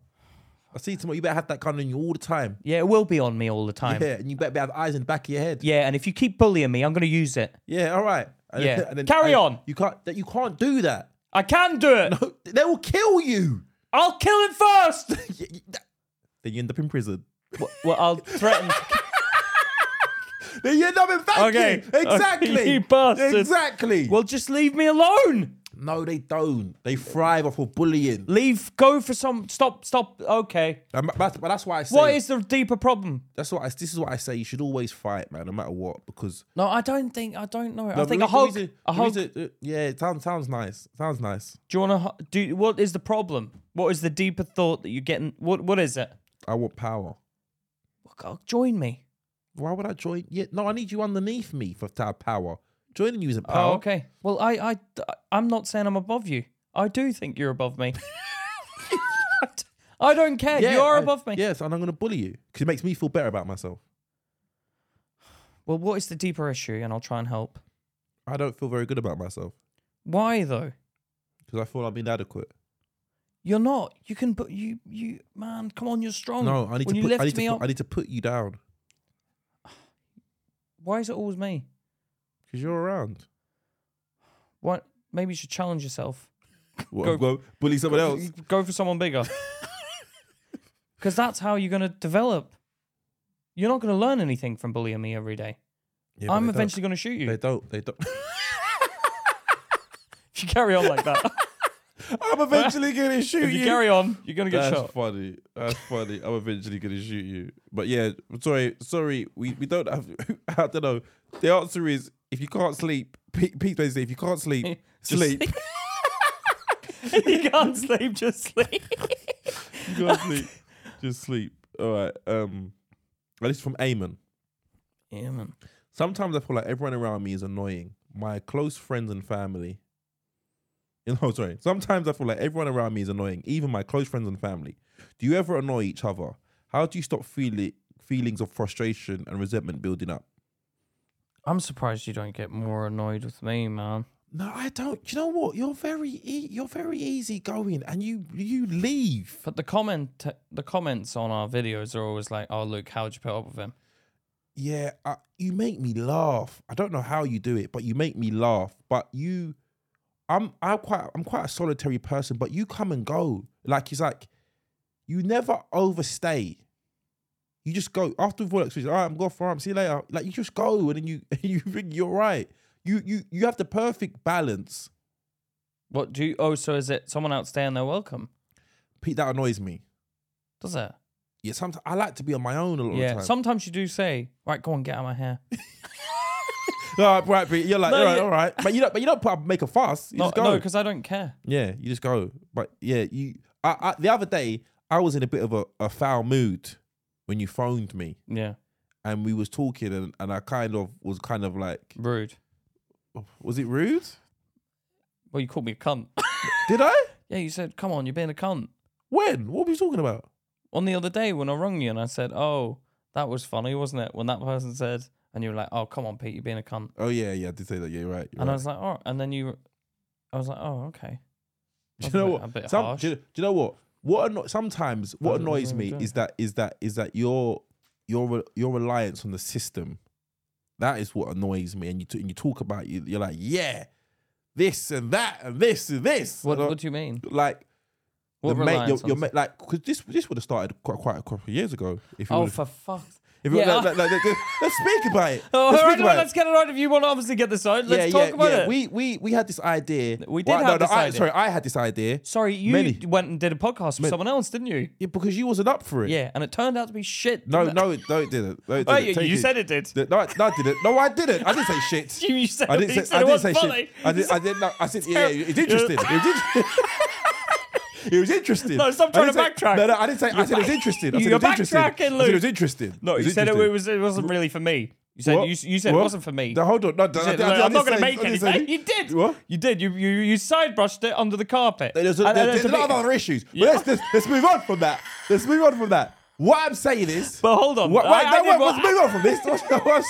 I'll see you tomorrow. You better have that gun on you all the time.
Yeah, it will be on me all the time.
Yeah. And you better have eyes in the back of your head.
Yeah, and if you keep bullying me, I'm going to use it.
Yeah. All right. And
Yeah. Carry on.
You can't. that- You can't do that.
I can do it.
They will kill you.
I'll kill him first.
Yeah, you- that- then you end up in prison.
well, well, I'll threaten.
Then you end up in vacuum.
Okay, okay,
exactly.
you bastard.
Exactly.
well, just leave me alone.
No, they don't. They thrive off of bullying.
Leave. Go for some. Stop. Stop. Okay.
Um, But that's, but that's why I say.
What is the deeper problem?
that's what I, this is what I say. You should always fight, man, no matter what, because
No, I don't think. I don't know. I
No,
think
the
a hug.
reason- the
a hug. Do
reason- uh, yeah, it sounds sounds nice. Sounds nice.
you want to? Do what is the problem? What is the deeper thought that you're getting? What What is it?
I want power.
Well, go- Join me.
Why would I join? Yeah, no, I need you underneath me for to have power. Joining you isn't
Oh,
power.
okay. Well, I, I, I'm not saying I'm above you. I do think you're above me. I don't care. you are
I-
above me.
Yes, and I'm going to bully you because it makes me feel better about myself.
Well, what is the deeper issue? And I'll try and help.
I don't feel very good about myself
Why though?
because I feel I'm inadequate.
You're not. You can. But you, you, man, come on. You're strong.
No, I need to.
when you
Put,
lift
I need
me
to.
up.
Put, I need to put you down
Why is it always me?
because you're around.
What? Maybe you should challenge yourself.
What,
Go-
go bully someone
Go-
else.
Go for someone bigger. Because that's how you're going to develop. You're not going to learn anything from bullying me every day.
Yeah, but
I'm
they don't.
eventually going to shoot you.
They don't. They don't.
If you carry on like that,
I'm eventually going to shoot
if you carry on, you're going to get
That's
shot.
funny. That's funny. I'm eventually gonna shoot you. But yeah, sorry, sorry. We we don't have. I don't know. The answer is if you can't sleep, Pete, Pete basically, if you can't sleep,
Just
sleep.
you can't sleep, just sleep.
you can't sleep, just sleep. All right. Um, and this is from Eamon.
Yeah, man.
Sometimes I feel like everyone around me is annoying. My close friends and family. You know, sorry. Sometimes I feel like everyone around me is annoying, even my close friends and family. Do you ever annoy each other? How do you stop feeling feelings of frustration and resentment building up?
I'm surprised you don't get more annoyed with me, man.
No, I don't. Do you know what? You're very e- you're very easy going, and you you leave.
But the comment, the comments on our videos are always like, "Oh, Luke, how'd you put up with him?"
Yeah, I, you make me laugh. I don't know how you do it, but you make me laugh. But you, I'm I'm quite I'm quite a solitary person, but you come and go. Like it's like you never overstay. You just go after we've all experienced. All right, I'm going for arm. See you later. Like you just go, and then you you think you're right. You you you have the perfect balance.
What do you? Oh, so is it someone out staying their welcome?
Pete, that annoys me.
Does it?
Yeah, sometimes I like to be on my own a lot of
yeah.
the time.
Sometimes you do say, "Right, go on, get out of my hair."
No, right, but you're like,
No,
all right,
you-
all right. But you don't, but you don't put up, make a fuss. You
No,
just go.
no, because I don't care.
yeah, you just go. But yeah, you. I, I, the other day, I was in a bit of a, a foul mood when you phoned me,
Yeah,
and we was talking, and, and I kind of was kind of like,
rude.
was it rude?
Well, you called me a cunt.
Did I?
yeah, you said, "Come on, you're being a cunt."
When? What were we talking about?
On the other day when I rung you and I said, "Oh, that was funny, wasn't it?" When that person said, and you were like, "Oh, come on, Pete, you're being a cunt,"
Oh yeah, yeah, I did say that. Yeah, you're right. You're
and
right.
I was like, "Oh," and then you, I was like, "Oh, okay."
do
That
you know
was
what?
A bit, a bit
Some-
harsh.
do, you, do you know what? What anno- sometimes what
Doesn't- doesn't
annoys me
really do.
is that is that is that your your re- your reliance on the system. That is what annoys me, and you t- and you talk about you. You're like, yeah, this and that and this and this.
what,
And I-
what do you mean?
like
What
the mate,
reliance
your,
on
your mate, like because this this would have started quite quite a couple of years ago. If you
Oh,
would've-
for fuck's
if you,
yeah.
like, like, like, like, let's speak about it.
Oh, all
let's
right,
speak about
well,
it.
let's get it right. If you want to obviously get this out, let's
yeah,
talk
yeah,
about
yeah.
it.
We we we had this idea.
We did have this
I,
idea.
Sorry, I had this idea.
Sorry, you
Many.
went and did a podcast with someone else, didn't you?
Yeah, because you wasn't up for it.
Yeah, and it turned out to be shit.
No,
didn't it?
no, it- no, it didn't. No, it
Oh,
didn't.
you,
Take
you said it did.
No, I, no, I didn't. No, I didn't. I didn't say shit.
You said,
I didn't say.
it
I didn't
was
say
funny.
shit. I didn't. I didn't. No, I said. Yeah, yeah, it's interesting. It was interesting. It was interesting.
No, stop
I
trying to
didn't say-
backtrack.
No, no, I didn't say. I said it was interesting. I said
You're
it was interesting. I
backtracking,
said
Luke.
it was interesting.
no, you
was
said it,
interesting.
it was. It wasn't really for me. You said
What?
you, you said
What?
it wasn't for me.
No, hold on. No, no,
You said,
I,
"Look,
I, I
I'm not going
to
to make anything. You did.
What?
You did. You you you sidebrushed it under the carpet.
There's a,
And-
there's,
and
there's a
to be-
lot of other issues. But
Yeah.
let's, let's let's move on from that. Let's move on from that. What I'm saying is,
But hold on.
What,
I-
what,
I
no,
did
what-
what-
let's move on from this. What, what I'm-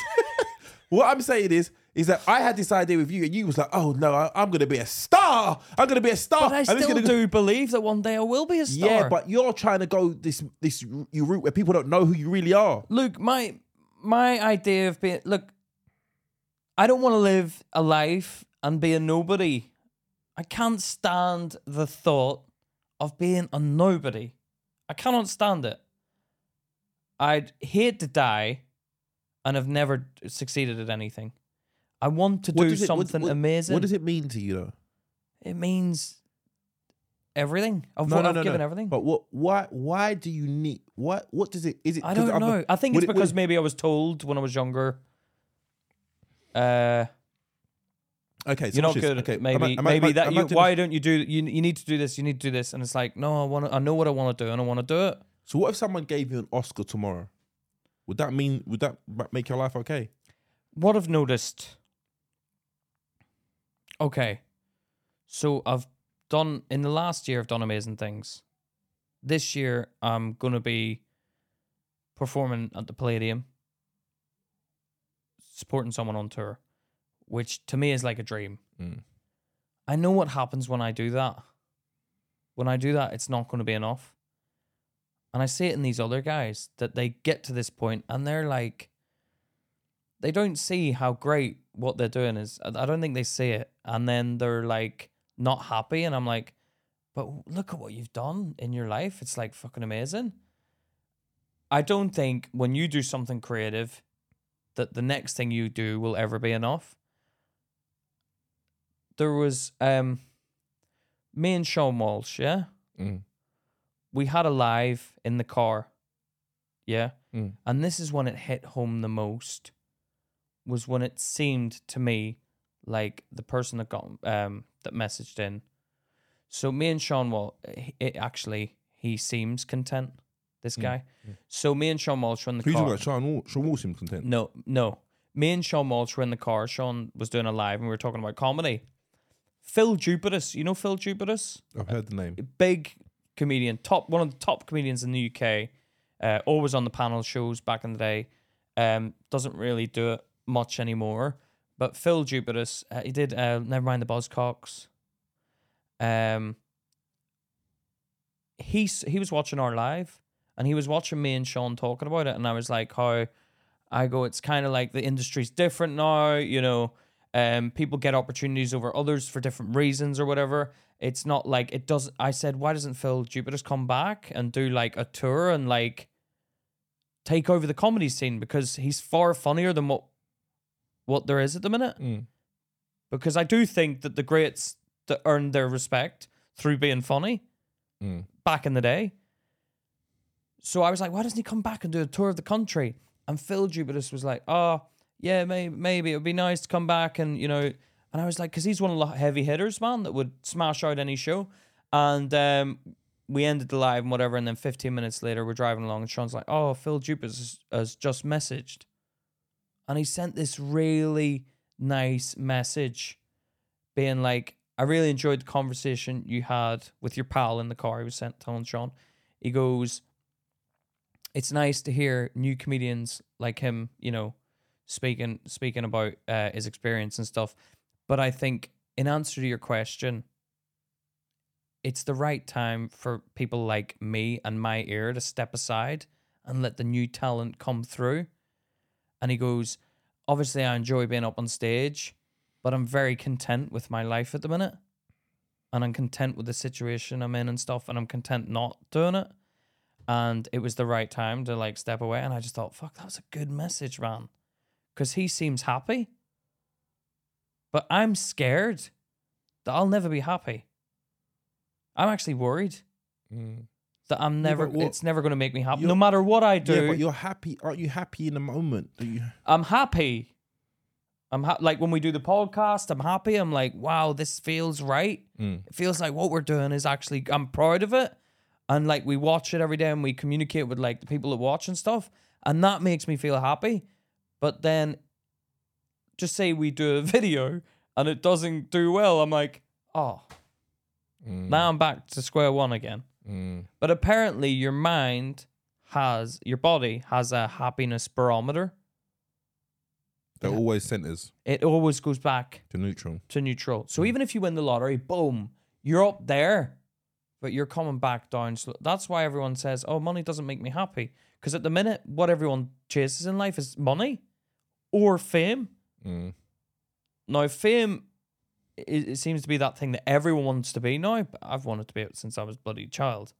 what I'm saying is, is that I had this idea with you, and you was like, "Oh no, I, am going to be a star. I'm going to be a star."
But I
I'm just
still
gonna go-
do believe that one day I will be a star.
Yeah, but you're trying to go this this you route where people don't know who you really are.
Luke, my my idea of being look, I don't want to live a life and be a nobody. I can't stand the thought of being a nobody. I cannot stand it. I'd hate to die, and I've never succeeded at anything. I want to do
does it-
something
what-
amazing.
What does it mean to you, though?
It means everything. I've,
No,
wa-
no,
I've
no, no.
given everything.
But what? Why? Why do you need? What? What does it? Is it?
I
'cause
don't
I've-
know. I think
would
it's
it- would
because
it-
maybe I was told when I was younger. Uh,
Okay, so
you're not
watch this.
good.
Okay,
Maybe,
ima- ima-
maybe that. You,
imagine
why
if-
don't you do? You you need to do this. You need to do this. And it's like, no, I want. to I know what I want to do, and I want to do it.
So what if someone gave you an Oscar tomorrow? Would that mean? Would that ma- make your life okay?
what I've noticed. Okay. So I've done in the last year I've done amazing things. This year I'm gonna be performing at the Palladium, supporting someone on tour, which to me is like a dream.
Mm.
I know what happens when I do that. When I do that, it's not gonna be enough. And I see it in these other guys that they get to this point and they're like they don't see how great what they're doing is. I I don't think they see it, and then they're like not happy. And I'm like, but w- look at what you've done in your life. It's like fucking amazing. I don't think when you do something creative, that the next thing you do will ever be enough. There was um, me and Sean Walsh. Yeah,
Mm.
we had a live in the car. Yeah.
Mm.
And this is when it hit home the most was when it seemed to me like the person that got um that messaged in. So me and Sean Wall it- it actually he seems content this
Mm.
guy. So me and Sean Walsh were in the
Who's
car.
talking about Sean Wal- Sean Walsh? him content.
No, no. Me and Sean Walsh were in the car. Sean was doing a live and we were talking about comedy. Phil Jupitus, you know Phil Jupitus?
I've heard the name.
big comedian, top one of the top comedians in the UK. Uh, always on the panel shows back in the day. Um, doesn't really do it much anymore. But Phil Jupitus, uh, he did uh, Never Mind the Buzzcocks. Um, he s- he was watching our live, and he was watching me and Sean talking about it, and I was like, how I go, it's kind of like the industry's different now, you know. Um, people get opportunities over others for different reasons or whatever. It's not like it does. I said, why doesn't Phil Jupiter's come back and do like a tour and like take over the comedy scene because he's far funnier than what what there is at the minute.
Mm.
Because I do think that the greats that earned their respect through being funny
Mm.
back in the day. So I was like, why doesn't he come back and do a tour of the country? And Phil Jubitus was like, oh, yeah, maybe, maybe it would be nice to come back and, you know, and I was like, because he's one of the heavy hitters, man, that would smash out any show. And um, we ended the live and whatever. And then 15 minutes later, we're driving along and Sean's like, oh, Phil Jubitus has, has just messaged. And he sent this really nice message being like, I really enjoyed the conversation you had with your pal in the car. He was sent telling Sean. He goes, It's nice to hear new comedians like him, you know, speaking speaking about uh, his experience and stuff. But I think in answer to your question, it's the right time for people like me and my ear to step aside and let the new talent come through. And he goes, Obviously I enjoy being up on stage but I'm very content with my life at the minute. And I'm content with the situation I'm in and stuff, and I'm content not doing it. And it was the right time to like step away. And I just thought, fuck, that was a good message, man. Cause he seems happy. But I'm scared that I'll never be happy. I'm actually worried
Mm.
that I'm
Yeah,
never
but what-
it's never gonna make me happy. No
You're-
matter what I do.
Yeah, but you're happy. Aren't you happy in the moment? Do you?
I'm happy. I'm ha- like when we do the podcast, I'm happy. I'm like, wow, this feels right.
Mm.
It feels like what we're doing is actually I'm proud of it. And like we watch it every day and we communicate with like the people that watch and stuff. And that makes me feel happy. But then just say we do a video and it doesn't do well. I'm like, oh,
Mm.
now I'm back to square one again.
Mm.
But apparently, your mind has, your body has a happiness barometer.
They're always centers
It always goes back
to neutral.
to neutral. So even if you win the lottery, boom, you're up there, but you're coming back down. So that's why everyone says, "Oh, money doesn't make me happy," because at the minute, what everyone chases in life is money or fame.
Mm.
Now, fame, it, it seems to be that thing that everyone wants to be now. But I've wanted to be it since I was bloody child.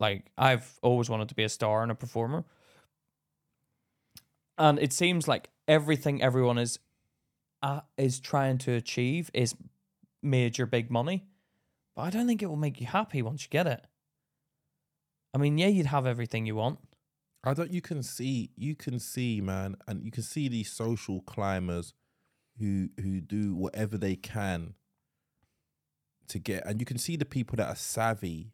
Like I've always wanted to be a star and a performer. And it seems like everything everyone is uh, is trying to achieve is major big money, but I don't think it will make you happy once you get it. I mean, yeah, you'd have everything you want.
I don't. You can see. You can see, man, and you can see these social climbers who who do whatever they can to get, and you can see the people that are savvy,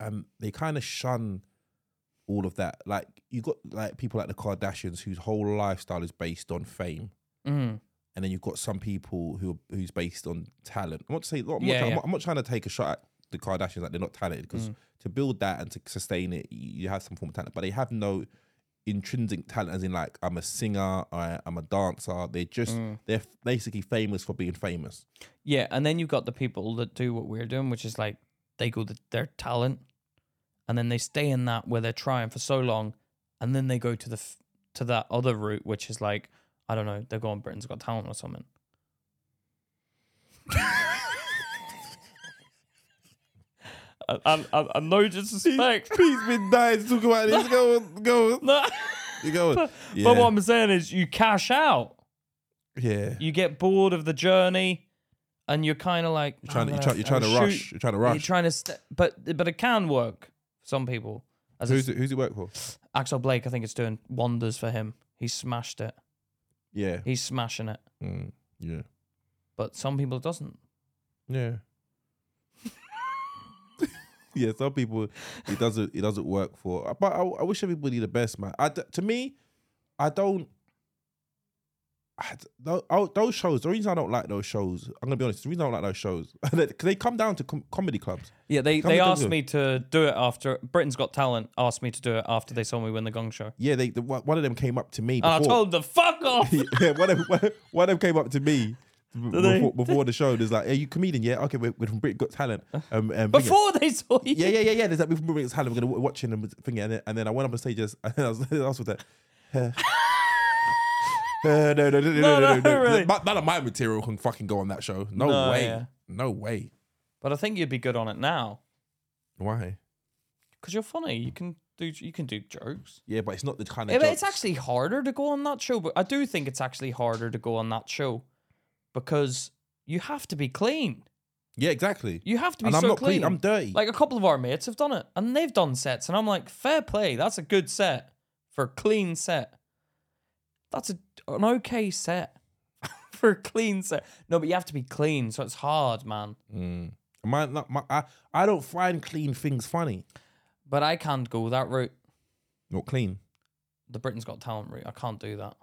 and they kind of shun all of that. Like you got like people like the Kardashians, whose whole lifestyle is based on fame.
Mm.
and then you've got some people who are- who's based on talent. I'm not saying I'm,
Yeah,
not, I'm,
yeah. Mm.
not, I'm not trying to take a shot at the Kardashians like they're not talented because to build that and to sustain it, you you have some form of talent, but they have no intrinsic talent. As in, like I'm a singer, I, I'm a dancer. They're just
Mm.
they're f- basically famous for being famous.
Yeah, and then you've got the people that do what we're doing, which is like they go to their talent, and then they stay in that where they're trying for so long, and then they go to the f- to that other route, which is like I don't know, they're going Britain's Got Talent or something. I, I, I, I know just suspect.
He's been dying to talk about this. Go on, go on,
No.
you go on. Yeah,
But what I'm saying is, you cash out.
yeah.
You get bored of the journey, and you're kind of like
You're trying,
"I'm
to, you're,
gonna
trying, you're trying to
shoot."
rush. You're trying to
You're
rush.
trying to, st- but but it can work. for Some people, as
Who's
it's-
it, who's it work for?
Axel Blake, I think it's doing wonders for him. He smashed it.
Yeah,
He's smashing it.
Mm, yeah,
But some people it doesn't.
Yeah. yeah, some people it doesn't it doesn't work for. But I, I wish everybody the best, man. I d to me, I don't. I d- tho- oh, those shows. The reason I don't like those shows, I'm gonna be honest. The reason I don't like those shows, 'cause they come down to com- comedy clubs.
Yeah, they,
Come
they
to
asked
terms with
me to do it after Britain's Got Talent. Asked me to do it after they saw me win the Gong Show.
Yeah, they the, one one of them came up to me.
And
Before.
I told them, "Fuck off."
yeah, one of, one of- one of them came up to me
they?
before, before the show. There's like, "Are you comedian? Yeah, okay, we're, we're from Brit Got Talent." Um, um, bring it.
Before they saw you.
yeah, yeah, yeah, yeah. There's that movie movie. It's Halloween. We're gonna w- watching and thing, and then, and then I went up on stage just, and I was, I was with that. Uh, uh, no, no, no, no, no, no, no,
no, really.
My- None of my material can fucking go on that show. No,
No,
way.
yeah.
No way.
But I think you'd be good on it now
Why?
because you're funny. You can do you can do jokes.
Yeah, but it's not the kind of.
Yeah, but
jokes-
it's actually harder to go on that show. But I do think it's actually harder to go on that show because you have to be clean.
Yeah, exactly.
You have to be
And I'm
so
not clean. I'm dirty.
Like a couple of our mates have done it, and they've done sets, and I'm like, fair play. That's a good set for a clean set. That's a, an okay set for a clean set. No, but you have to be clean, so it's hard, man.
Mm. My, not my, I, I don't find clean things funny.
But I can't go that route.
Not clean.
The Britain's Got Talent route. I can't do that.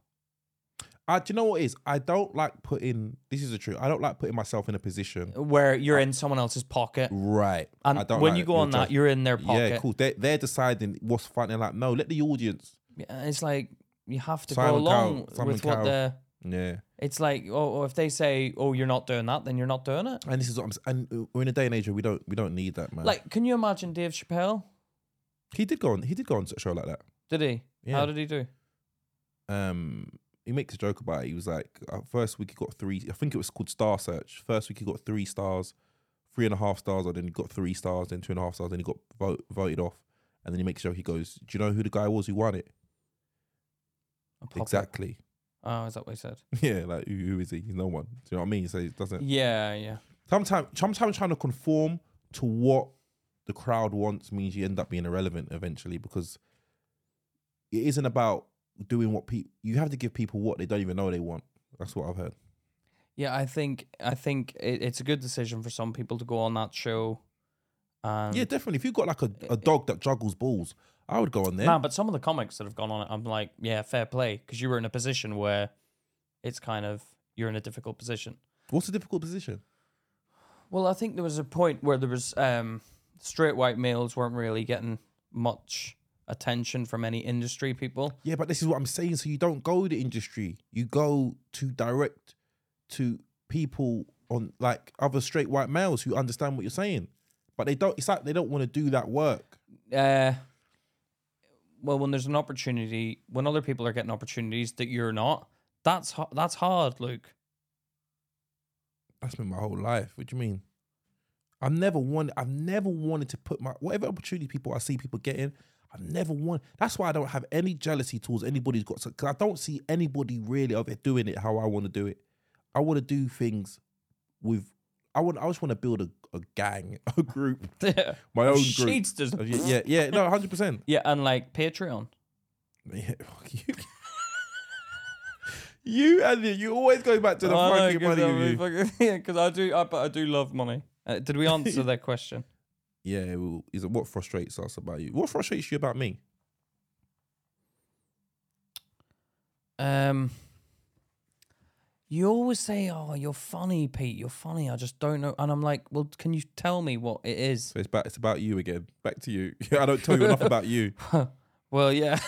I, do you know what it is? I don't like putting. This is the truth. I don't like putting myself in a position.
Where you're in someone else's pocket,
Right. I
and
don't
when
like
you go
your
on that,
judgment.
you're in their pocket.
Yeah, cool. They're, they're deciding what's funny. Like, no, let the audience.
Yeah, and it's like you have to go
Simon Cowell-
along
Simon
with what
Cowell.
the.
Yeah.
It's like, oh, oh, if they say, "Oh, you're not doing that," then you're not doing it.
And this is what I'm. s- And uh, we're in a day and age where we don't we don't need that man.
Like, can you imagine Dave Chappelle?
he did go on. He did go on a show like that.
Did he?
Yeah.
How did he do?
Um, he makes a joke about it. He was like, uh, first week he got three. I think it was called Star Search. First week he got three stars, three and a half stars, and then he got three stars, then two and a half stars, then he got vote, voted off. And then he makes a joke. He goes, "Do you know who the guy was who won it?"
A puppet.
Exactly.
Oh, is that what he said?
Yeah, like who, who is he? He's no one. Do you know what I mean? So it doesn't.
Yeah, yeah.
sometimes sometimes trying to conform to what the crowd wants means you end up being irrelevant eventually because it isn't about doing what people you have to give people what they don't even know they want that's what i've heard
Yeah, I think I think it, it's a good decision for some people to go on that show. Um,
yeah definitely if you've got like a, a dog that juggles balls i would go on there
Nah, but some of the comics that have gone on it, I'm like, yeah, fair play, because you were in a position where it's kind of you're in a difficult position.
what's a difficult position
Well, I think there was a point where there was um, straight white males weren't really getting much attention from any industry people.
yeah but this is what i'm saying so you don't go the industry you go to direct to people on like other straight white males who understand what you're saying but they don't it's like they don't want to do that work
Uh, well, when there's an opportunity, when other people are getting opportunities that you're not, that's ho- that's hard, Luke.
That's been my whole life. What do you mean? I've never wanted. I've never wanted to put my whatever opportunity people I see people getting. I've never wanted. That's why I don't have any jealousy towards anybody who's got. Because I don't see anybody really of it doing it how I want to do it. I want to do things with I want. I just want to build a, a gang, a group,
yeah.
my own group.
Sheetsters.
Of- Yeah, yeah, yeah, no, hundred percent.
Yeah, and like Patreon.
Yeah, fuck you. you and you, you always go back to the
Oh, I know,
fucking
'cause
money
I'm
review.
really fucking- yeah, because I do, I, but I do love money. Uh, did we answer that question?
Yeah, well, is it what frustrates us about you? What frustrates you about me?
Um, you always say, "Oh, you're funny, Pete. You're funny." I just don't know, and I'm like, "Well, can you tell me what it is?"
So it's back. It's about you again. Back to you. Yeah, I don't tell you enough about you.
Well, yeah.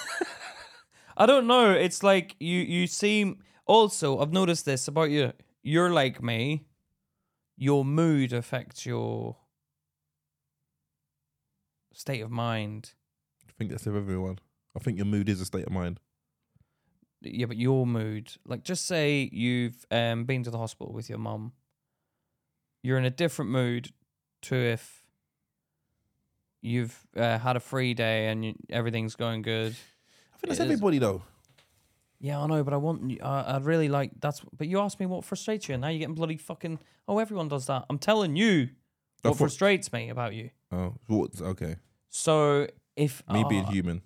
I don't know. It's like you you seem also I've noticed this about you. You're like me. Your mood affects your state of mind.
I think that's of everyone. I think your mood is a state of mind.
Yeah, but your mood. Like just say you've um been to the hospital with your mum. You're in a different mood to if you've uh, had a free day and you, everything's going good.
I think that's
It is.
everybody though.
Yeah, I know, but I want. y- I, I really like that's. But you asked me what frustrates you, and now you're getting bloody fucking. Oh, everyone does that. I'm telling you
I thought-
what frustrates me about you.
Oh, what? Okay,
So if
me being
uh,
human.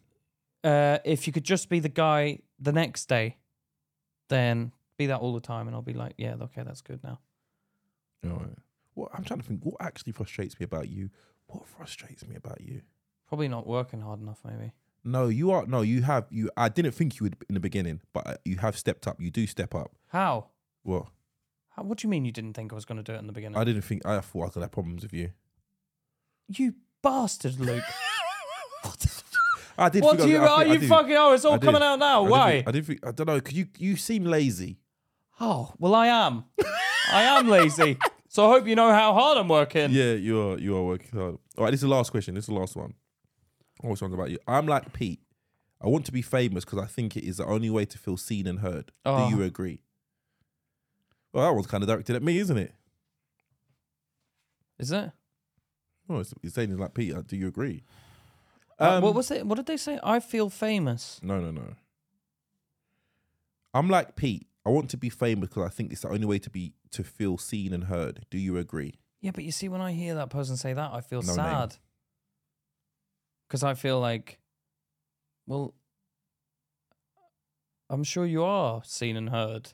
uh, if you could just be the guy the next day, then be that all the time, and I'll be like, yeah, okay, that's good now.
All right. What I'm trying to think. What actually frustrates me about you? What frustrates me about you?
Probably not working hard enough, maybe.
No, you are. No, you have. You. I didn't think you would in the beginning, but uh, you have stepped up. You do step up.
How?
What?
How what do you mean you didn't think I was going to do it in the beginning?
I didn't think. I thought I could have problems with you.
you bastard, Luke. what the
I did.
what
think I
do you?
was- I
Are
think- I
you
did.
fucking? Oh, it's
I
all
did.
coming out now.
I did
Why?
think- I didn't think. I don't know. Cause you you seem lazy.
Oh, well, I am. I am lazy. So I hope you know how hard I'm working.
Yeah, you are. You are working hard. All right. This is the last question. This is the last one. Oh, this one's about you. I'm like Pete. I want to be famous because I think it is the only way to feel seen and heard.
Oh.
Do you agree? Well, that one's kind of directed at me, isn't it?
Is it?
Oh, it's, it's saying it's like Peter. Do you agree?
Uh,
Um,
what was it? What did they say? I feel famous.
No, no, no. I'm like Pete. I want to be famous because I think it's the only way to be to feel seen and heard. Do you agree?
Yeah, but you see, when I hear that person say that, I feel
No name.
sad. Because I feel like, well, I'm sure you are seen and heard.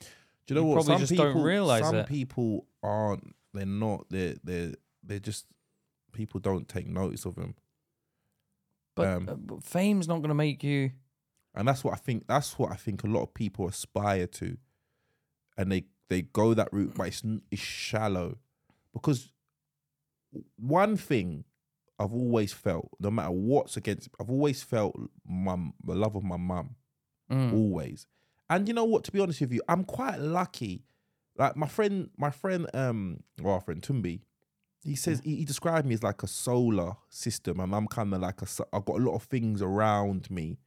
Do you know
You
what?
probably
some
just
people,
don't realise
some
it.
people aren't. They're not. They're they're they're just people don't take notice of them,
But,
Um,
uh, but fame's not going to make you.
and that's what I think. That's what I think a lot of people aspire to, and they they go that route, but it's n- it's shallow, because one thing I've always felt, no matter what's against, I've always felt my the love of my mum
Mm.
always. And you know what? To be honest with you, I'm quite lucky. Like my friend, my friend, um, well, our friend Tumbi, he says
Hmm.
he, he described me as like a solar system, and I'm kind of like a. su- I've got a lot of things around me,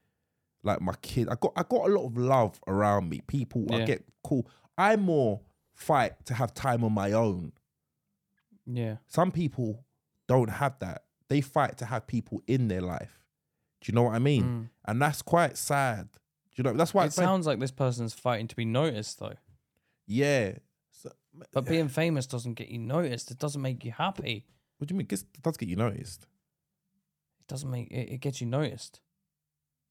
like my kid. I got I got a lot of love around me. People, I
Yeah.
get cool. I more fight to have time on my own.
Yeah.
Some people don't have that. They fight to have people in their life. Do you know what I mean?
Mm.
And that's quite sad. Do you know? That's why
It sounds like this person's fighting to be noticed, though.
Yeah. So,
But being famous doesn't get you noticed. It doesn't make you happy.
what do you mean? Gets, does get you noticed?
it doesn't make it, it gets you noticed.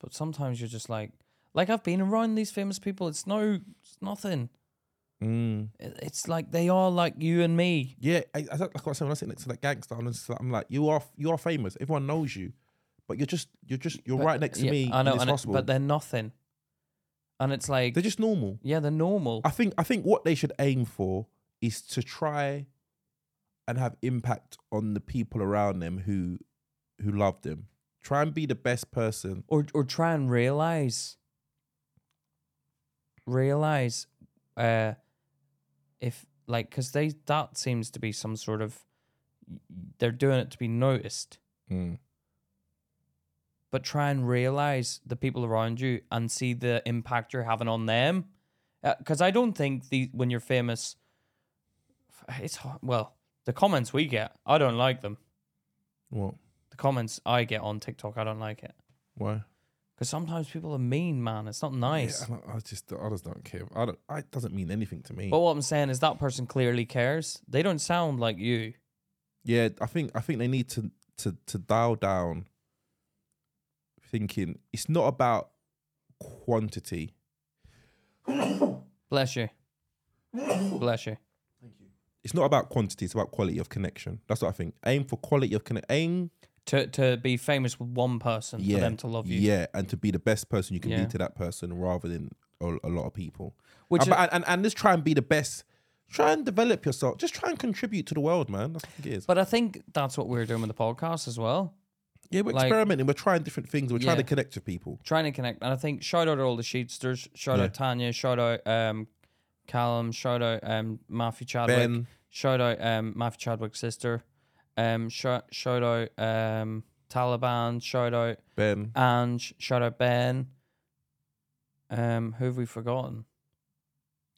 But sometimes you're just like, like I've been around these famous people. It's no, it's nothing.
Mm.
It- It's like they are like you and me.
Yeah, I, I, like what I said when I sit next to that gangster, I'm, just, like- I'm like, you are you are famous. Everyone knows you, but you're just you're just you're
But-
right next to
yeah,
me
I know,
in this
and it-
hospital.
but they're nothing. And it's like,
they're just normal.
yeah, they're normal.
I think I think what they should aim for is to try and have impact on the people around them who who love them. Try and be the best person.
or or try and realize, realize, uh, if like, because they that seems to be some sort of, they're doing it to be noticed. Mm. but try and realize the people around you and see the impact you're having on them. Because I don't think the when you're famous, it's hard. Well, the comments we get, I don't like them.
What?
The comments I get on TikTok, I don't like it
Why?
Because sometimes people are mean, man. It's not nice.
Yeah, I don't- I just, I just don't care. I don't. I, it doesn't mean anything to me.
But what I'm saying is that person clearly cares. They don't sound like you.
yeah, I think, I think they need to, to, to dial down. Thinking it's not about quantity.
Bless you. Bless you.
It's not about quantity. It's about quality of connection. That's what I think. Aim for quality of connection. Aim
To to be famous with one person for them to love you.
Yeah, and to be the best person you can
Yeah.
be to that person rather than a, a lot of people.
Which
and,
is-
and, and, and just try and be the best. Try and develop yourself. Just try and contribute to the world, man. That's what it is.
But I think that's what we're doing with the podcast as well.
yeah, we're
like-
experimenting. We're trying different things. We're trying
Yeah.
to connect with people.
Trying to connect. And I think shout out to all the sheetsters. Shout
Yeah.
out Tanya. Shout out um, Callum. Shout out um, Matthew Chadwick.
Ben,
Shout out um, Matthew Chadwick's sister. Um, shout, shout out um, Taliban. Shout out
Ben,
Ange. Shout out Ben. Um, who have we forgotten?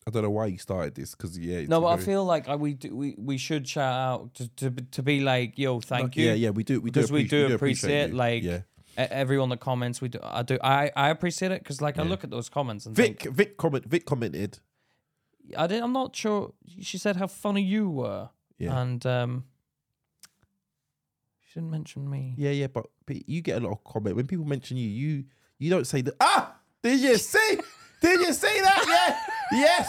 I don't know why you started this because yeah, it's
No, but I
very-
feel like I, we do, we we should shout out to to, be- to be like, yo, thank you.
Yeah, yeah, we do. We
Because
do
we
appreciate,
do
we do
appreciate,
you.
like,
yeah.
E- Everyone that comments, we do. I do. I, I appreciate it because like I
Yeah.
look at those comments and
Vic,
think
Vic comment, Vic commented.
I didn't. I'm not sure. She said how funny you were,
Yeah,
and um, she didn't mention me.
yeah, yeah. But, but you get a lot of comment when people mention you. You you don't say that. Ah, did you see? did you see that? Yeah, yes.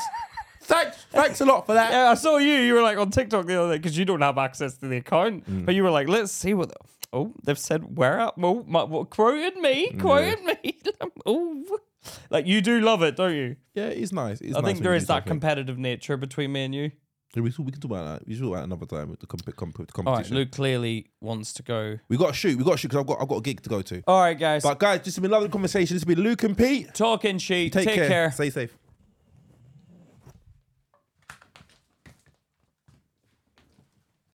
Thanks, thanks a lot for that.
I saw you. You were like on TikTok the other day because you don't have access to the account, but you were like, let's see what. Oh, they've said where at? Oh, my, what, quoted me, quoted me. oh, like you do love it, don't you?
Yeah, it's nice. It's
I
nice
think
when
there
you
is
do
that
something.
competitive nature between me and you.
Yeah, we, we can talk about that. We should talk about another time with the comp- comp- competition.
All right, Luke clearly wants to go.
We got to shoot. We got to shoot because I've got I've got a gig to go to.
All right, guys,
But guys, this has been a lovely conversation. This has been Luke and Pete.
talking sheet. Take, care.
Stay safe.